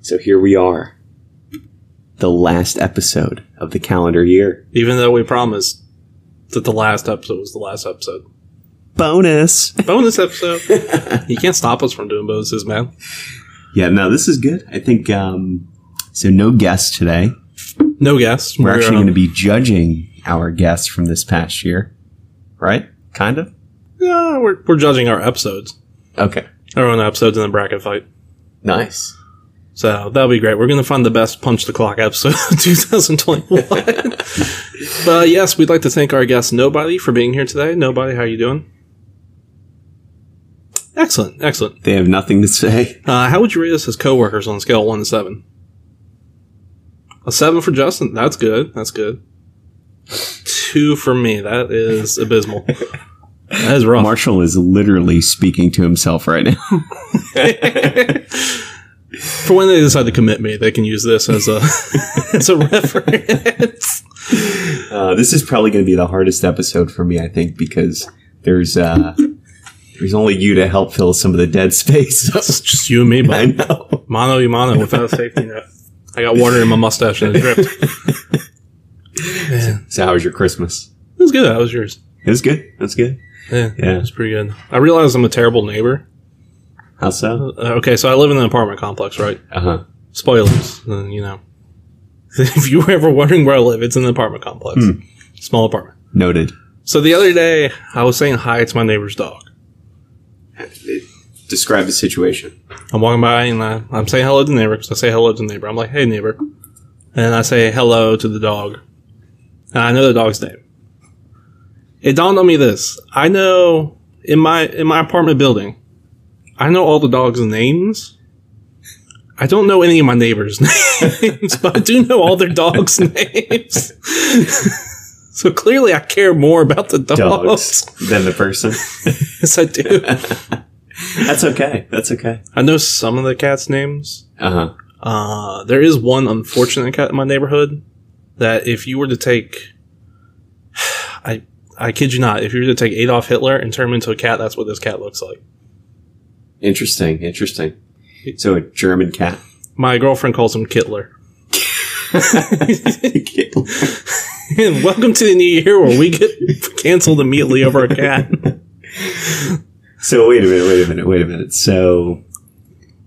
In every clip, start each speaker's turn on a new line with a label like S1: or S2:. S1: So here we are. The last episode of the calendar year.
S2: Even though we promised that the last episode was the last episode.
S1: Bonus!
S2: Bonus episode. you can't stop us from doing bonuses, man.
S1: Yeah, no, this is good. I think um, so. No guests today.
S2: No guess. uh,
S1: We're, actually going to be judging our guests from this past year, right? Kind of.
S2: Yeah, we're, we're judging our episodes.
S1: Okay.
S2: Our own episodes in the bracket fight.
S1: Nice.
S2: So that'll be great. We're going to find the best punch the clock episode of 2021. but yes, we'd like to thank our guest Nobody for being here today. Nobody, how you doing? Excellent, excellent.
S1: They have nothing to say.
S2: Uh, how would you rate us as coworkers on a scale of one to seven? A seven for Justin. That's good. That's good. Two for me. That is abysmal. That is rough.
S1: Marshall is literally speaking to himself right now.
S2: For when they decide to commit me, they can use this as a as a reference.
S1: Uh, this is probably going to be the hardest episode for me, I think, because there's uh, there's only you to help fill some of the dead space.
S2: It's just you and me,
S1: I
S2: bud.
S1: know.
S2: Mono y mono without a safety net. I got water in my mustache and it dripped. Man,
S1: So, how was your Christmas?
S2: it was good. That was yours.
S1: It was good. It was good.
S2: Yeah,
S1: Yeah.
S2: it was pretty good. I realize I'm a terrible neighbor.
S1: How so?
S2: Uh, okay, so I live in an apartment complex, right?
S1: Uh huh.
S2: spoilers, uh, you know. If you were ever wondering where I live, it's in an apartment complex,
S1: Hmm.
S2: small apartment.
S1: Noted.
S2: So the other day, I was saying hi to my neighbor's dog.
S1: Describe the situation.
S2: I'm walking by and I, I'm saying hello to the neighbor because I say hello to the neighbor. I'm like, hey, neighbor. And I say hello to the dog. And I know the dog's name. It dawned on me this. I know in my in my apartment building, I know all the dogs' names. I don't know any of my neighbors' names, but I do know all their dogs' names. so clearly I care more about the dogs,
S1: Dogs than the person.
S2: Yes, I do.
S1: That's okay. That's okay.
S2: I know some of the cats' names.
S1: Uh huh.
S2: Uh, there is one unfortunate cat in my neighborhood that if you were to take, I I kid you not, if you were to take Adolf Hitler and turn him into a cat, that's what this cat looks like.
S1: Interesting. Interesting. So a German cat.
S2: My girlfriend calls him Kittler. And welcome to the new year where we get canceled immediately over a cat.
S1: so wait a minute. Wait a minute. Wait a minute. So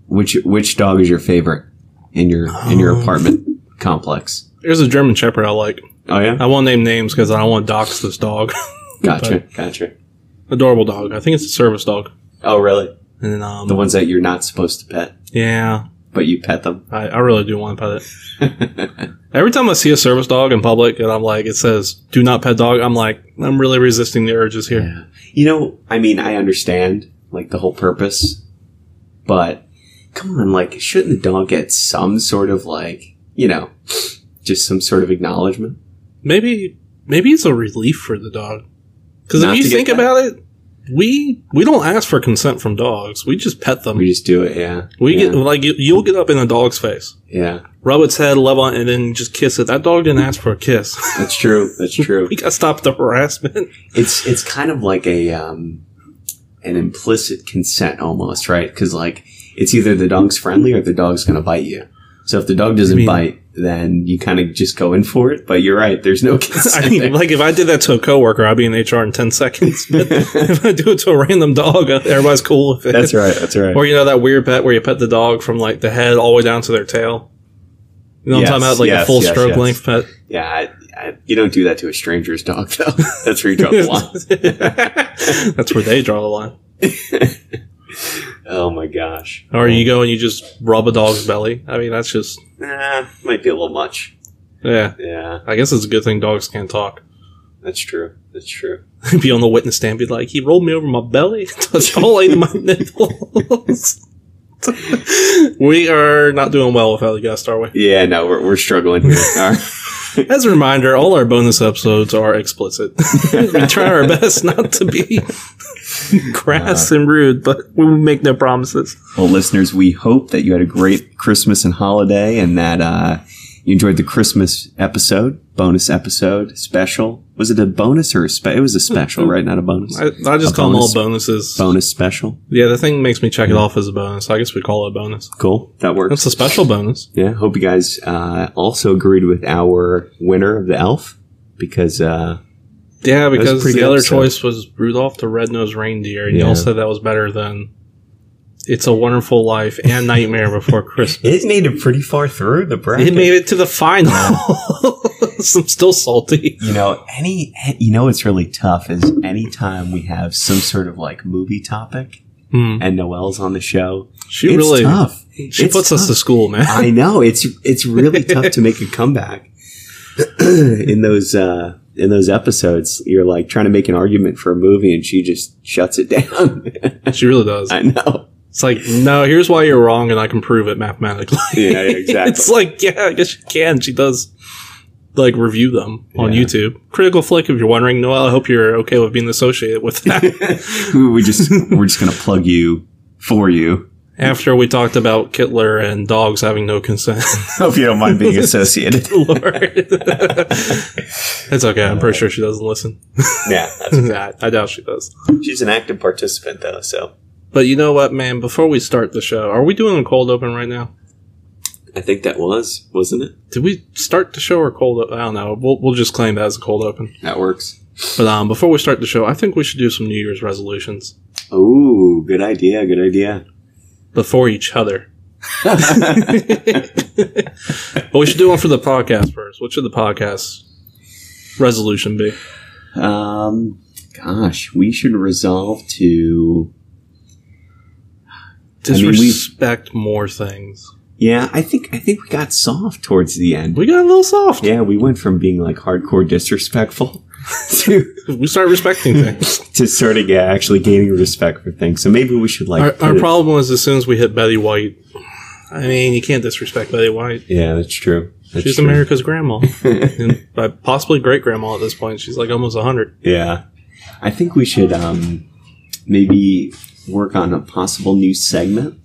S1: which which dog is your favorite in your in your
S2: Um.
S1: apartment complex?
S2: There's a German Shepherd I like.
S1: Oh yeah.
S2: I won't name names because I don't want to dox this dog.
S1: Gotcha. Gotcha.
S2: Adorable dog. I think it's a service dog.
S1: Oh really?
S2: And um,
S1: The ones that you're not supposed to pet,
S2: yeah,
S1: but you pet them.
S2: I, I really do want to pet it. Every time I see a service dog in public and I'm like, it says, do not pet dog, I'm like, I'm really resisting the urges here.
S1: Yeah. You know, I mean, I understand like the whole purpose, but come on, like, shouldn't the dog get some sort of like, you know, just some sort of acknowledgement?
S2: Maybe, maybe it's a relief for the dog. Because if
S1: Not
S2: you
S1: to get
S2: think
S1: pet.
S2: about it, we we don't ask for consent from dogs. We just pet them.
S1: We
S2: We,
S1: just do it, yeah. yeah,
S2: get like you, you'll get up in a dog's face,
S1: yeah.
S2: rub its head, love on, it, and then just kiss it. That dog didn't ask for a kiss.
S1: That's true. That's true.
S2: we got to stop the harassment.
S1: it's it's kind of like a um, an implicit consent almost, right? Because like it's either the dog's friendly or the dog's gonna bite you. So if the dog doesn't
S2: mean-
S1: bite, then you kind of just go in for it. But you're right. There's no consent.
S2: I mean,
S1: there.
S2: like if I did that to a coworker, I'd be in HR in ten seconds. But if I do it to a random dog, everybody's cool with it.
S1: that's right. That's right.
S2: Or you know that weird pet where you pet the dog from like the head all the way down to their tail. You know what I'm
S1: Yes,
S2: talking about? Like
S1: yes,
S2: a full
S1: yes,
S2: stroke
S1: yes.
S2: length pet.
S1: Yeah, I, I, you don't do that to a stranger's dog, though. That's where you draw the line.
S2: That's where they draw the line.
S1: Oh my gosh.
S2: Or you go and you just rub a dog's belly. I mean, that's just
S1: Nah, might be a little much.
S2: yeah.
S1: Yeah,
S2: I guess it's a good thing dogs can't talk.
S1: that's true. That's true.
S2: be on the witness stand, be like, he rolled me over my belly, touched all eight of my nipples. we are not doing well without the guest, are we?
S1: Yeah, no, we're, we're struggling here. All right.
S2: As a reminder, all our bonus episodes are explicit. we try our best not to be crass and rude, but we make no promises.
S1: Well, listeners, we hope that you had a great Christmas and holiday and that, uh, you enjoyed the Christmas episode, bonus episode, special. Was it a bonus or a spe- it was a special, right? Not a bonus.
S2: Hmm. I, I just
S1: A
S2: call
S1: bonus.
S2: them all bonuses.
S1: bonus special.
S2: yeah, the thing makes me check it off as a bonus. I guess we call it a bonus.
S1: Cool. That works.
S2: That's a special bonus.
S1: Yeah. Hope you guys uh, also agreed with our winner of the elf because uh,
S2: Yeah,
S1: was a
S2: because the
S1: pretty good
S2: other
S1: episode.
S2: choice was Rudolph the Red-Nosed Reindeer, and
S1: Yeah.
S2: y'all said that was better than It's a Wonderful Life and Nightmare Before Christmas.
S1: it made it pretty far through the bracket.
S2: It made it to the final. I'm still salty.
S1: you know any eh, you know what's really tough is anytime we have some sort of like movie topic
S2: Hmm.
S1: and Noelle's on the show.
S2: She
S1: it's
S2: really
S1: tough.
S2: she
S1: It's
S2: puts us to
S1: tough.
S2: school, man.
S1: I know it's it's really tough to make a comeback in those uh, in those episodes. You're like trying to make an argument for a movie, and she just shuts it down.
S2: she really does.
S1: I know.
S2: It's like, no, here's why you're wrong, and I can prove it mathematically.
S1: Yeah, exactly.
S2: it's like, yeah, I guess she can. She does like review them on
S1: Yeah.
S2: YouTube. Critical flick, if you're wondering, Noel. I hope you're okay with being associated with that.
S1: we just we're just gonna plug you for you.
S2: After we talked about Kittler and dogs having no consent,
S1: Hope you don't mind being associated.
S2: Lord, it's okay. I'm pretty sure she doesn't listen.
S1: yeah,
S2: I I doubt she does.
S1: she's an active participant though. So
S2: But you know what, man? Before we start the show, are we doing a cold open right now?
S1: I think that was wasn't it?
S2: Did we start the show or cold? o- I don't know. We'll, we'll just claim that as a cold open.
S1: That works.
S2: But um, before we start the show, I think we should do some New Year's resolutions
S1: Oh, good idea. Good idea.
S2: before each other. but we should do one for the podcast first. What should the podcast resolution be?
S1: Um, gosh, we should resolve to. mean, we-
S2: Disrespect more things.
S1: Yeah, I think I think we got soft towards the end.
S2: We got a little soft.
S1: Yeah, we went from being like hardcore disrespectful to
S2: We started respecting things.
S1: to sort of yeah, actually gaining respect for things. So maybe we should like
S2: our,
S1: put
S2: our
S1: it-
S2: problem was as soon as we hit Betty White. I mean, you can't disrespect Betty White.
S1: Yeah, that's true. That's
S2: She's
S1: true.
S2: America's grandma, and uh, possibly great grandma at this point. She's like almost hundred.
S1: Yeah, I think we should um maybe work on a possible new segment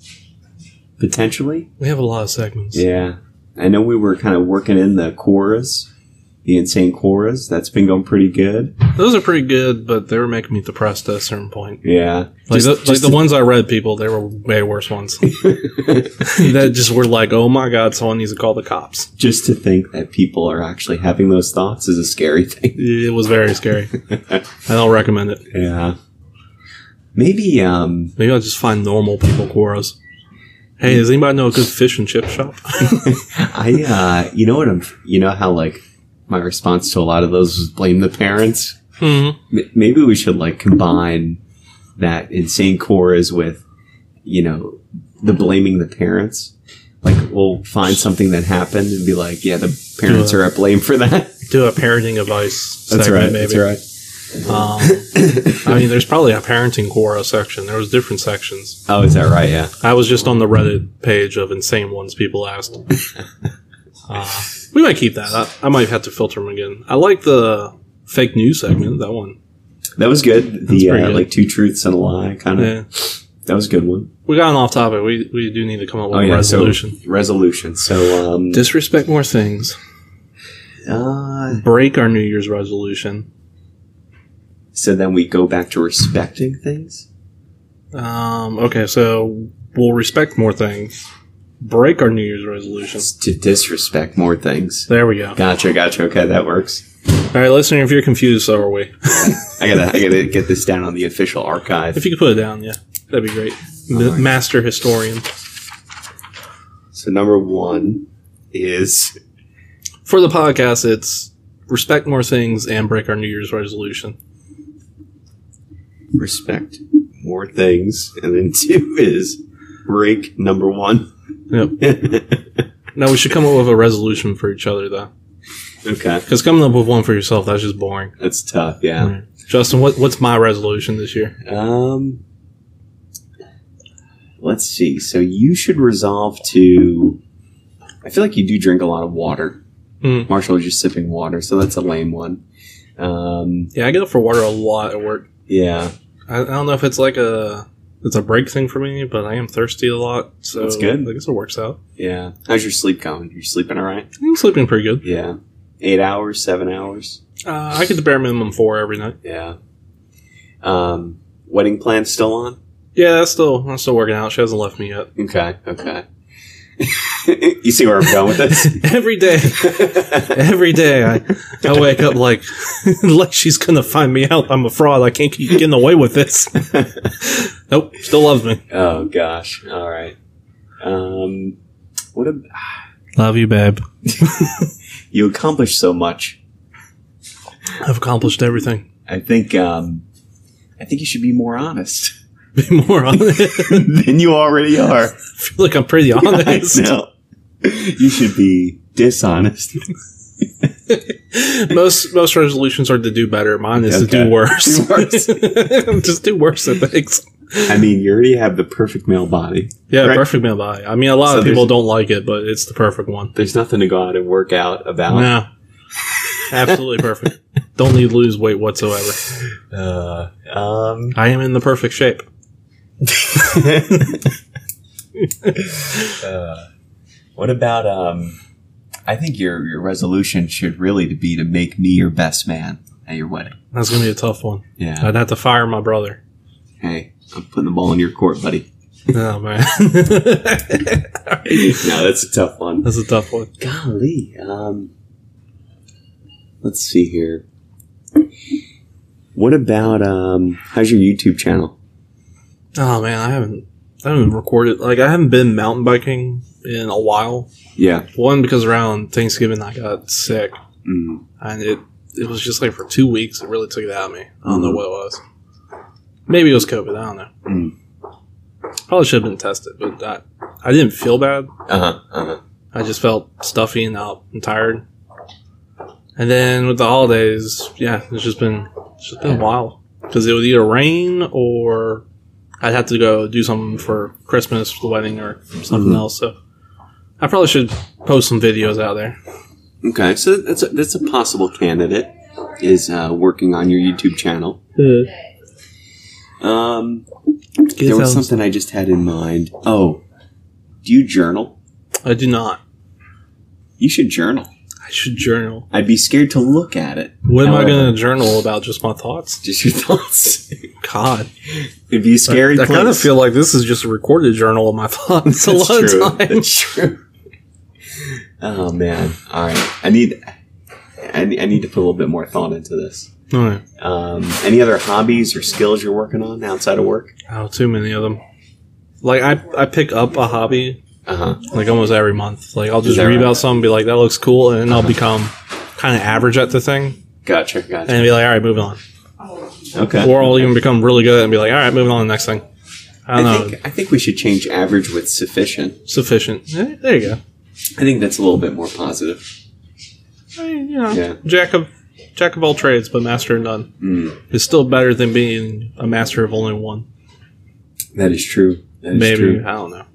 S1: potentially.
S2: We have a lot of segments.
S1: Yeah, I know we were kind of working in the chorus, the insane chorus. That's been going pretty good.
S2: Those are pretty good, but they were making me depressed at a certain point.
S1: Yeah,
S2: Like,
S1: Just-
S2: the,
S1: just
S2: like the ones I read, people, they were way worse ones. that just were like, oh my god, someone needs to call the cops.
S1: just to think that people are actually having those thoughts is a scary thing.
S2: It was very scary. I don't recommend it.
S1: Yeah. Maybe um
S2: Maybe I'll just find normal people quarrels. Hey, does anybody know a good fish and chip shop?
S1: I uh you know what I'm you know how like my response to a lot of those was blame the parents.
S2: hmm
S1: M- maybe we should like combine that insane chorus with you know the blaming the parents. Like we'll find something that happened and be like, yeah, the parents are at blame for that.
S2: Do a parenting advice segment, maybe.
S1: right.
S2: Um, I mean, there's probably a parenting quarrel section. There was different sections.
S1: Oh, is that right? Yeah.
S2: I was just on the Reddit page of insane ones people asked. Uh, we might keep that. I, I might have to filter them again. I like the fake news segment. That one.
S1: That was good. The
S2: pretty
S1: uh,
S2: good.
S1: like two truths and a lie kind of.
S2: Yeah.
S1: That was a good one.
S2: We got an off topic. We, we do need to come up with
S1: Oh,
S2: a
S1: yeah, so-
S2: resolution.
S1: resolution. So, um,
S2: Disrespect more things.
S1: uh,
S2: Break our New Year's resolution.
S1: so then we go back to respecting things.
S2: Um, okay, so we'll respect more things. Break our New Year's resolution.
S1: It's to disrespect more things.
S2: There we go.
S1: Gotcha, gotcha. Okay, that works.
S2: All right, listener, if you're confused, so are we.
S1: I gotta, I gotta get this down on the official archive.
S2: If you could put it down, yeah, that'd be great. M-
S1: Alright.
S2: Master historian.
S1: So number one is
S2: For the podcast, it's respect more things and break our New Year's resolution.
S1: respect more things, and then two is break number one.
S2: Yep. now we should come up with a resolution for each other, though,
S1: Okay,
S2: because coming up with one for yourself that's just boring.
S1: that's tough. Yeah.
S2: Justin, what, what's my resolution this year?
S1: Um, let's see. So you should resolve to. I feel like you do drink a lot of water.
S2: Mm.
S1: Marshall is just sipping water, so that's a lame one. Um,
S2: Yeah, I get up for water a lot at work.
S1: yeah,
S2: I, I don't know if it's like a It's a break thing for me, but I am thirsty a lot, so
S1: That's good.
S2: I guess it works out.
S1: Yeah. How's your sleep going? You sleeping all right?
S2: I'm sleeping pretty good.
S1: Yeah. Eight hours, seven hours.
S2: Uh, I get the bare minimum four every night.
S1: Yeah. Um, wedding plans still on?
S2: Yeah, that's still that's still working out. She hasn't left me yet.
S1: Okay. Okay. you see where I'm going with this?
S2: every day, every day, I, I wake up like like she's gonna find me out. I'm a fraud. I can't keep getting away with this. nope, still loves me.
S1: oh gosh. All right. Um, what a
S2: Love you, babe.
S1: you accomplished so much.
S2: I've accomplished everything.
S1: I think. Um, I think you should be more honest
S2: Be more honest. I
S1: than you already are.
S2: feel like I'm pretty honest.
S1: I know. You should be dishonest.
S2: most most resolutions are to do better. Mine is to
S1: Okay.
S2: do worse.
S1: Do worse.
S2: Just do worse at things.
S1: I mean, you already have the perfect male body.
S2: Yeah,
S1: Right.
S2: perfect meal buy. I mean, a lot
S1: So
S2: of people
S1: there's-
S2: don't like it, but it's the perfect one.
S1: There's nothing to go out and work out about.
S2: No, absolutely perfect. Don't need to lose weight whatsoever.
S1: Uh, um,
S2: I am in the perfect shape.
S1: Uh, what about um? I think your your resolution should really be to make me your best man at your wedding.
S2: That's gonna be a tough one.
S1: Yeah.
S2: I'd have to fire my brother.
S1: Hey, I'm putting the ball in your court, buddy.
S2: Oh man,
S1: no, that's a tough one.
S2: that's a tough one.
S1: Golly. Um, let's see here. What about um? How's your YouTube channel?
S2: Oh man, I haven't, I haven't recorded. Like I haven't been mountain biking in a while.
S1: Yeah.
S2: One because around Thanksgiving I got sick,
S1: Mm.
S2: and it it was just like for two weeks. It really took it out of me. I don't know
S1: Mhm.
S2: what it was. Maybe it was COVID. I don't know.
S1: Mm.
S2: Probably should have been tested, but I, I didn't feel bad.
S1: Uh huh. Uh huh.
S2: I just felt stuffy and out and tired. And then with the holidays, yeah, it's just been it's just been wild because it would either rain or I'd have to go do something for Christmas, for the wedding, or something
S1: Mhm.
S2: else. So I probably should post some videos out there.
S1: Okay, so that's a, that's a possible candidate is uh, working on your YouTube channel. Um, there was something I just had in mind. Oh, do you journal?
S2: I do not.
S1: You should journal.
S2: I should journal.
S1: I'd be scared to look at it.
S2: What am I
S1: However-
S2: going to journal about? Just my thoughts.
S1: Just your thoughts.
S2: God,
S1: It'd be a scary.
S2: I, I kind of
S1: place.
S2: feel like this is just a recorded journal of my thoughts. a
S1: That's
S2: lot
S1: true.
S2: of times.
S1: That's true. Oh man! All right, I need, I, ne- I need to put a little bit more thought into this.
S2: All right.
S1: Um, any other hobbies or skills you're working on outside of work?
S2: Oh, too many of them. Like I, I pick up a hobby
S1: Uh huh.
S2: like almost every month. Like I'll just
S1: that
S2: read
S1: right? Uh-huh.
S2: about something, be like, "That looks cool," and then I'll become kind of average at the thing,
S1: Gotcha. Gotcha.
S2: and be like, "All right, moving on."
S1: Okay.
S2: Or I'll even become really good at it and be like, "All right, moving on to the next thing." I don't
S1: I
S2: know.
S1: think I think we should change average with sufficient.
S2: Sufficient. Eh, There you go.
S1: I think that's a little bit more positive.
S2: I mean, you know,
S1: Yeah.
S2: jack of jack of all trades, but master of none.
S1: Mm,
S2: It's still better than being a master of only one.
S1: that is true. That is
S2: Maybe
S1: true.
S2: I don't know.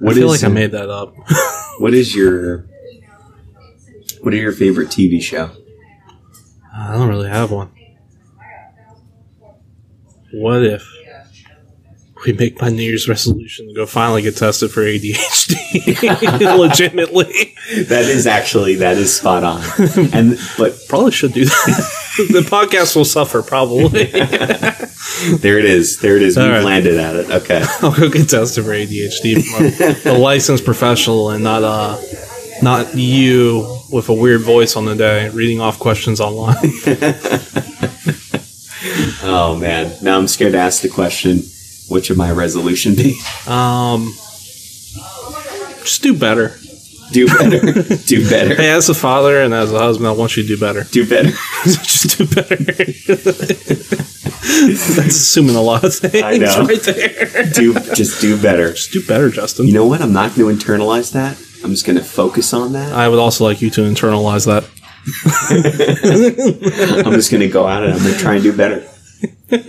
S1: What
S2: I feel
S1: is
S2: like I
S1: it?
S2: made that up.
S1: What is your What are your favorite TV show?
S2: I don't really have one. What if we make my New Year's resolution to go finally get tested for ADHD? Legitimately,
S1: That is actually that is spot on. And but
S2: probably should do that. the podcast will suffer probably.
S1: there it is. There it is. We've
S2: All right.
S1: landed at it. Okay.
S2: I'll go get tested for ADHD from a, a licensed professional and not uh not you with a weird voice on the day reading off questions online.
S1: Oh man. Now I'm scared to ask the question. What should my resolution be?
S2: Um, just do better.
S1: Do better. Do better.
S2: Hey, as a father and as a husband, I want you to do better.
S1: Do better.
S2: just do better. That's assuming a lot of things
S1: I know.
S2: right there.
S1: Do just do better.
S2: Just do better, Justin.
S1: You know what? I'm not going to internalize that. I'm just going to focus on that.
S2: I would also like you to internalize that.
S1: I'm just going to go out and I'm going to try and do better.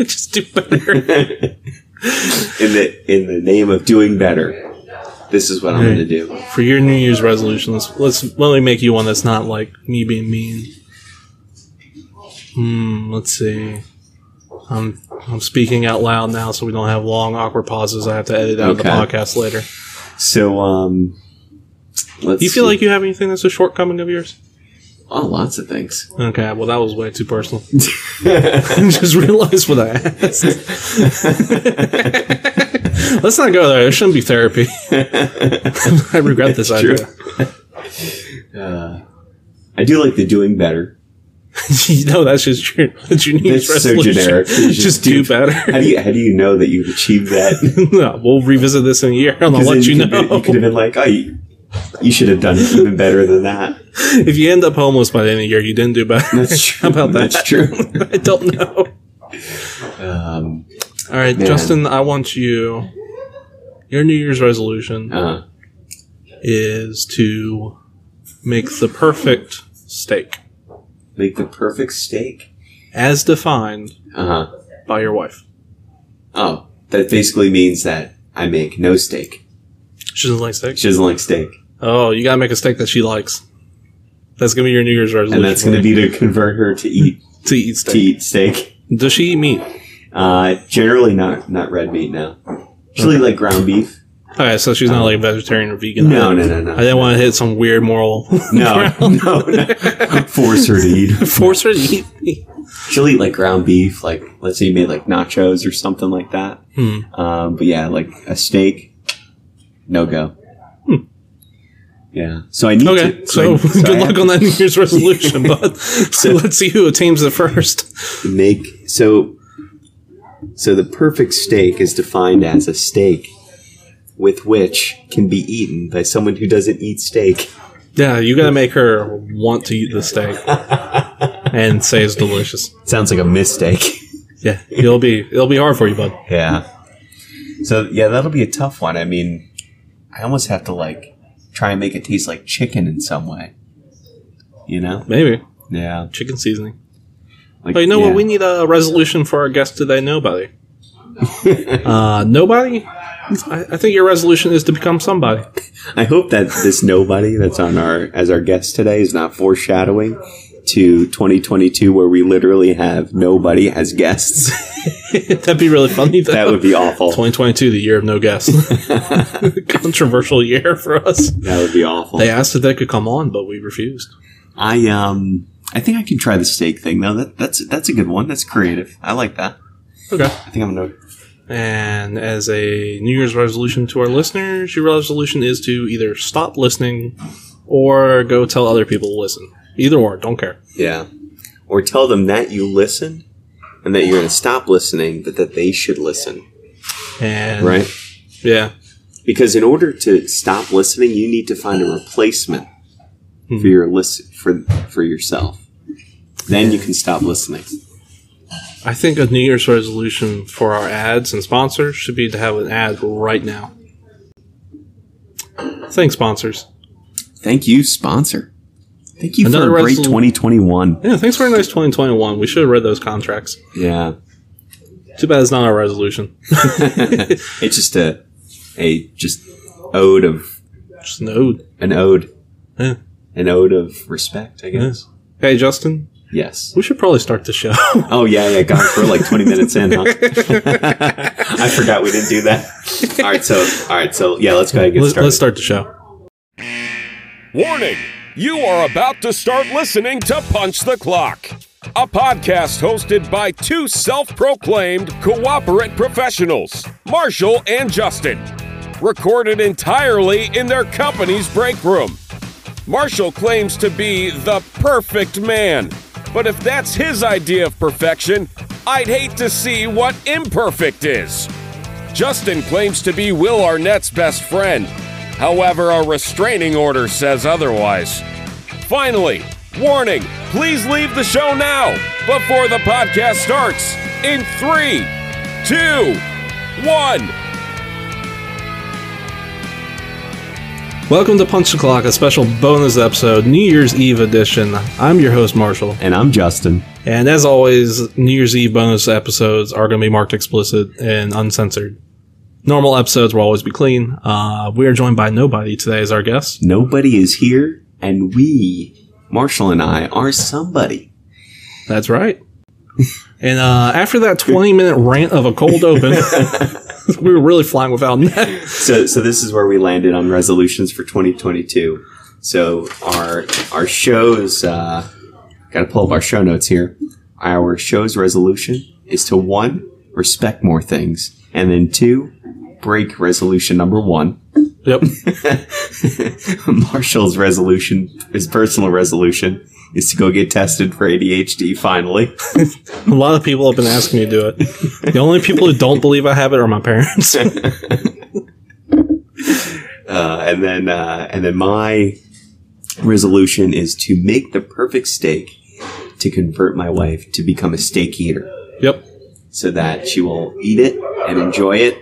S2: just do better.
S1: In the in the name of doing better, this is what I'm going to do.
S2: For your New Year's resolution, let's, let's let me make you one that's not like me being mean. Hmm, let's see. I'm I'm speaking out loud now, so we don't have long awkward pauses. I have to edit out of the
S1: Okay.
S2: podcast later.
S1: So, um, let's.
S2: Do you
S1: see.
S2: feel like you have anything that's a shortcoming of yours?
S1: oh, lots of things.
S2: Okay, well that was way too personal. I just realized what I asked. Let's not go there. It shouldn't be therapy. I regret this
S1: It's
S2: idea.
S1: Uh, I do like the doing better.
S2: you know, that's just your, that's your New Year's
S1: That's so
S2: resolution.
S1: generic. You
S2: Just,
S1: just
S2: do
S1: do- How
S2: better.
S1: do you how do you know that you've achieved that?
S2: no, we'll revisit this in a year and I'll
S1: 'Cause then
S2: let you
S1: could be-
S2: know.
S1: you could have been like, oh, you, you should have done even better than that.
S2: if you end up homeless by the end of the year, you didn't do better.
S1: That's true.
S2: How about that?
S1: That's true.
S2: I don't know.
S1: Um,
S2: All right,
S1: Man.
S2: Justin, I want you. Your New Year's resolution
S1: uh,
S2: is to make the perfect steak
S1: make the perfect steak.
S2: as defined
S1: Uh huh.
S2: by your wife.
S1: Oh, that basically means that I make no steak.
S2: She doesn't like steak.
S1: She doesn't like steak,
S2: Oh, you gotta make a steak that she likes. That's gonna be your New Year's resolution.
S1: and that's going to be to convert her to eat
S2: to eat
S1: to
S2: steak.
S1: eat steak.
S2: Does she eat meat?
S1: Uh, generally not not red meat now. Usually like ground beef.
S2: Okay, so she's not like a vegetarian or vegan.
S1: No,
S2: I,
S1: no, no,
S2: I
S1: no,
S2: didn't want to hit some weird moral.
S1: no, no, no. Force her to eat.
S2: Force her to eat meat.
S1: She'll eat like ground beef, like let's say you made like nachos or something like that.
S2: Hmm.
S1: Um, but yeah, like a steak, no go. Yeah. So I need
S2: Hmm. Okay,
S1: to.
S2: so,
S1: I- so
S2: good
S1: I
S2: luck
S1: have
S2: on that New Year's resolution, but so let's see who attains it first.
S1: to Make so. So the perfect steak is defined as a steak with which can be eaten by someone who doesn't eat steak.
S2: Yeah, you gotta make her want to eat the steak and say it's delicious.
S1: Sounds like a mistake.
S2: Yeah, it'll be it'll be hard for you, bud.
S1: yeah. So yeah, that'll be a tough one. I mean, I almost have to like try and make it taste like chicken in some way. You know?
S2: Maybe
S1: Yeah.
S2: chicken seasoning.
S1: Like,
S2: Oh, you know
S1: yeah.
S2: what? We need a resolution for our guest today. Nobody. uh, nobody. I, I think your resolution is to become somebody.
S1: I hope that this nobody that's on our as our guest today is not foreshadowing to 2022 where we literally have nobody as guests.
S2: That'd be really funny. Though.
S1: that would be awful.
S2: 2022, the year of no guests. Controversial year for us.
S1: That would be awful.
S2: They asked if they could come on, but we refused.
S1: I um I think I can try the steak thing though. That, that's that's a good one. That's creative. I like that.
S2: Okay.
S1: I think I'm gonna
S2: And as a New Year's resolution to our listeners, your resolution is to either stop listening or go tell other people to listen. Either or, don't care.
S1: Yeah. Or tell them that you listen and that you're going to stop listening, but that they should listen,
S2: And
S1: right?
S2: yeah,
S1: Because in order to stop listening, you need to find a replacement for your listen for for yourself. Then you can stop listening.
S2: I think a New Year's resolution for our ads and sponsors should be to have an ad right now. Thanks, sponsors.
S1: Thank you, sponsor. Thank you
S2: Another
S1: for a great
S2: resol-
S1: 2021.
S2: Yeah, thanks for a nice 2021. We should have read those contracts.
S1: Yeah.
S2: Too bad it's not our resolution.
S1: It's just a a just ode of
S2: Just an ode.
S1: an ode.
S2: Yeah.
S1: An ode of respect, I guess.
S2: Hey, Justin,
S1: Yes.
S2: we should probably start the show.
S1: Oh yeah, yeah, gosh, we're like twenty minutes in, huh? I forgot we didn't do that. All right, so all right, so yeah, let's go ahead and get
S2: let's,
S1: started.
S2: let's start the show.
S3: Warning! You are about to start listening to Punch the Clock, a podcast hosted by two self proclaimed cooperate professionals, Marshall and Justin, recorded entirely in their company's break room. Marshall claims to be the perfect man, but if that's his idea of perfection, I'd hate to see what imperfect is. Justin claims to be Will Arnett's best friend. However, a restraining order says otherwise. Finally, warning please leave the show now before the podcast starts in three, two, one.
S2: Welcome to Punch the Clock, a special bonus episode, New Year's Eve edition. I'm your host, Marshall.
S1: and I'm Justin.
S2: And as always, New Year's Eve bonus episodes are going to be marked explicit and uncensored. Normal episodes will always be clean. Uh, we are joined by nobody today as our guest.
S1: Nobody is here, and we, Marshall and I, are somebody.
S2: That's right. And uh, after that 20 minute rant of a cold open, we were really flying without net.
S1: So, so this is where we landed on resolutions for 2022. So our our shows uh, got to pull up our show notes here. Our show's resolution is to one respect more things, and then two break resolution number one.
S2: Yep.
S1: Marshall's resolution, his personal resolution, is to go get tested for ADHD finally.
S2: A lot of people have been asking me to do it. The only people who don't believe I have it are my parents.
S1: Uh, and then uh, and then my resolution is to make the perfect steak to convert my wife to become a steak eater
S2: yep.
S1: so that she will eat it and enjoy it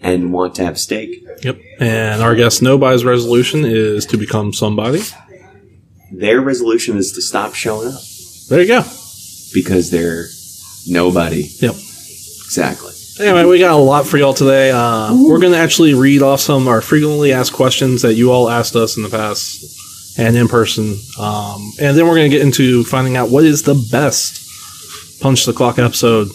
S1: and want to have steak.
S2: Yep. And our guest Nobody's resolution is to become somebody.
S1: Their resolution is to stop showing up
S2: There you go.
S1: because they're nobody.
S2: Yep.
S1: Exactly.
S2: Anyway, we got a lot for y'all today. Uh, we're going to actually read off some of our frequently asked questions that you all asked us in the past and in person. Um, and then we're going to get into finding out what is the best Punch the Clock episode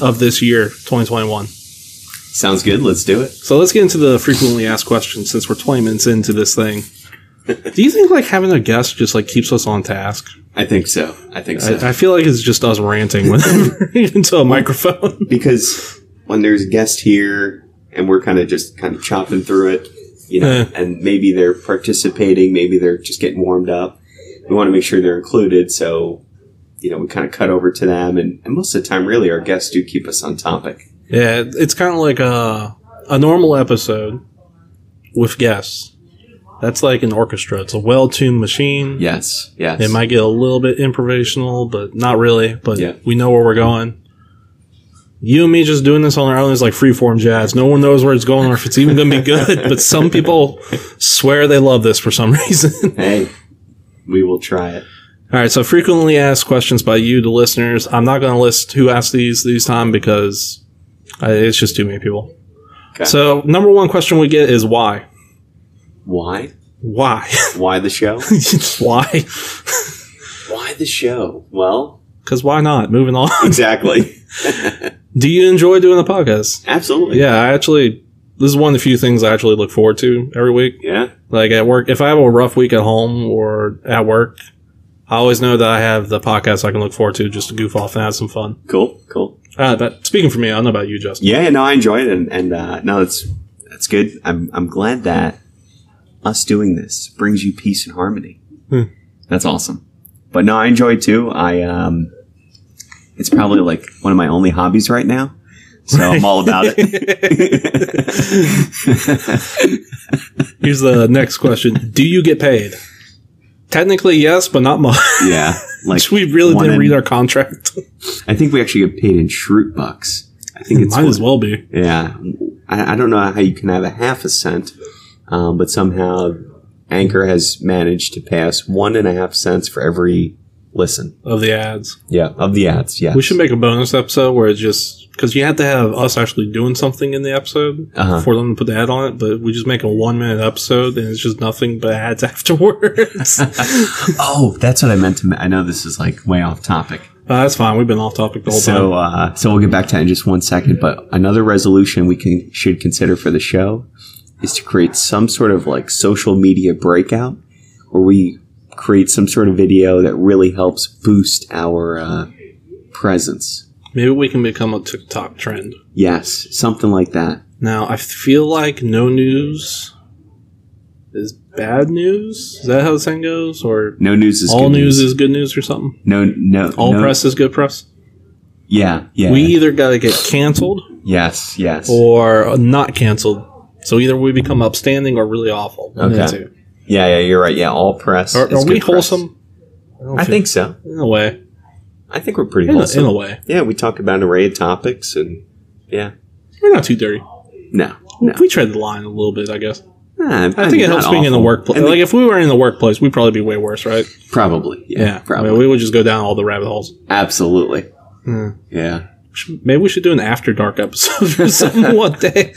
S2: of this year, 2021.
S1: Sounds good. Let's do it.
S2: So let's get into the frequently asked questions since we're 20 minutes into this thing. Do you think like having a guest just like keeps us on task?
S1: I think so. I think so.
S2: I, I feel like it's just us ranting whenever into a microphone.
S1: because when there's a guest here and we're kind of just kind of chopping through it, you know,
S2: Yeah.
S1: and maybe they're participating, maybe they're just getting warmed up. We want to make sure they're included, so you know, we kind of cut over to them, and, and most of the time, really, our guests do keep us on topic.
S2: yeah, it- it's kind of like a a normal episode with guests. That's like an orchestra. It's a well-tuned machine.
S1: Yes, yes,
S2: It might get a little bit improvisational, but not really. But
S1: Yeah.
S2: we know where we're going. You and me just doing this on our own is like freeform jazz. No one knows where it's going or if it's even going to be good. but some people swear they love this for some reason.
S1: hey, we will try it.
S2: All right, so frequently asked questions by you, the listeners. I'm not going to list who asked these these time because uh, it's just too many people.
S1: Okay.
S2: So number one question we get is why?
S1: Why?
S2: Why?
S1: Why the show?
S2: why?
S1: Why the show? Well,
S2: Because why not? Moving on.
S1: exactly.
S2: Do you enjoy doing the podcast?
S1: Absolutely.
S2: Yeah, I actually this is one of the few things I actually look forward to every week.
S1: Yeah.
S2: Like at work, if I have a rough week at home or at work, I always know that I have the podcast I can look forward to just to goof off and have some fun.
S1: Cool. Cool.
S2: Uh, but speaking for me, I don't know about you, Justin.
S1: Yeah, no, I enjoy it, and, and uh, no, it's that's good. I'm I'm glad that us doing this brings you peace and harmony.
S2: Hmm.
S1: That's awesome. But no, I enjoy it too. I um, it's probably like one of my only hobbies right now, so I'm all about it.
S2: Here's the next question: Do you get paid? Technically, yes, but not much.
S1: yeah, like
S2: we really
S1: one
S2: didn't
S1: in-
S2: read our contract.
S1: I think we actually get paid in shroot bucks. I think it's
S2: Might as
S1: one-
S2: well be.
S1: Yeah, I, I don't know how you can have a half a cent, um, but somehow Anchor has managed to pass one and a half cents for every listen.
S2: Of the ads,
S1: Yeah, of the ads. Yeah,
S2: we should make a bonus episode where it's just because you have to have us actually doing something in the episode.
S1: Uh-huh.
S2: for them to put the ad on it, but we just make a one minute episode and it's just nothing but ads afterwards. uh,
S1: Oh, that's what I meant to. Ma- I know this is like way off topic.
S2: that's fine. We've been off topic the whole
S1: So,
S2: time.
S1: uh, so we'll get back to that in just one second. But another resolution we can should consider for the show is to create some sort of like social media breakout, where we create some sort of video that really helps boost our uh, presence.
S2: Maybe we can become a TikTok trend.
S1: Yes, something like that.
S2: Now, I feel like no news is bad news. Is that how the saying goes? Or
S1: No news is
S2: all
S1: good
S2: news, is good news or something?
S1: no no
S2: All
S1: no-
S2: press is good press?
S1: Yeah, yeah.
S2: We either got to get canceled
S1: yes, yes.
S2: or not canceled. So either we become upstanding or really awful. One of the
S1: Okay.
S2: two.
S1: yeah, yeah. You're right. Yeah, all press.
S2: Are,
S1: is
S2: are we
S1: good press.
S2: wholesome? don't
S1: I
S2: feel-
S1: think so.
S2: in a way.
S1: I think we're pretty
S2: In a,
S1: wholesome.
S2: in a way.
S1: Yeah, we talk about an array of topics, and yeah,
S2: We're not too dirty.
S1: no, no.
S2: We tread the line a little bit, I guess.
S1: Nah,
S2: I think it helps being in the workplace. Like if we were in the workplace, we'd probably be way worse, right?
S1: probably, yeah,
S2: Yeah,
S1: probably,
S2: I mean, we would just go down all the rabbit holes.
S1: absolutely,
S2: Hmm.
S1: yeah.
S2: Maybe we should do an after dark episode or something one day.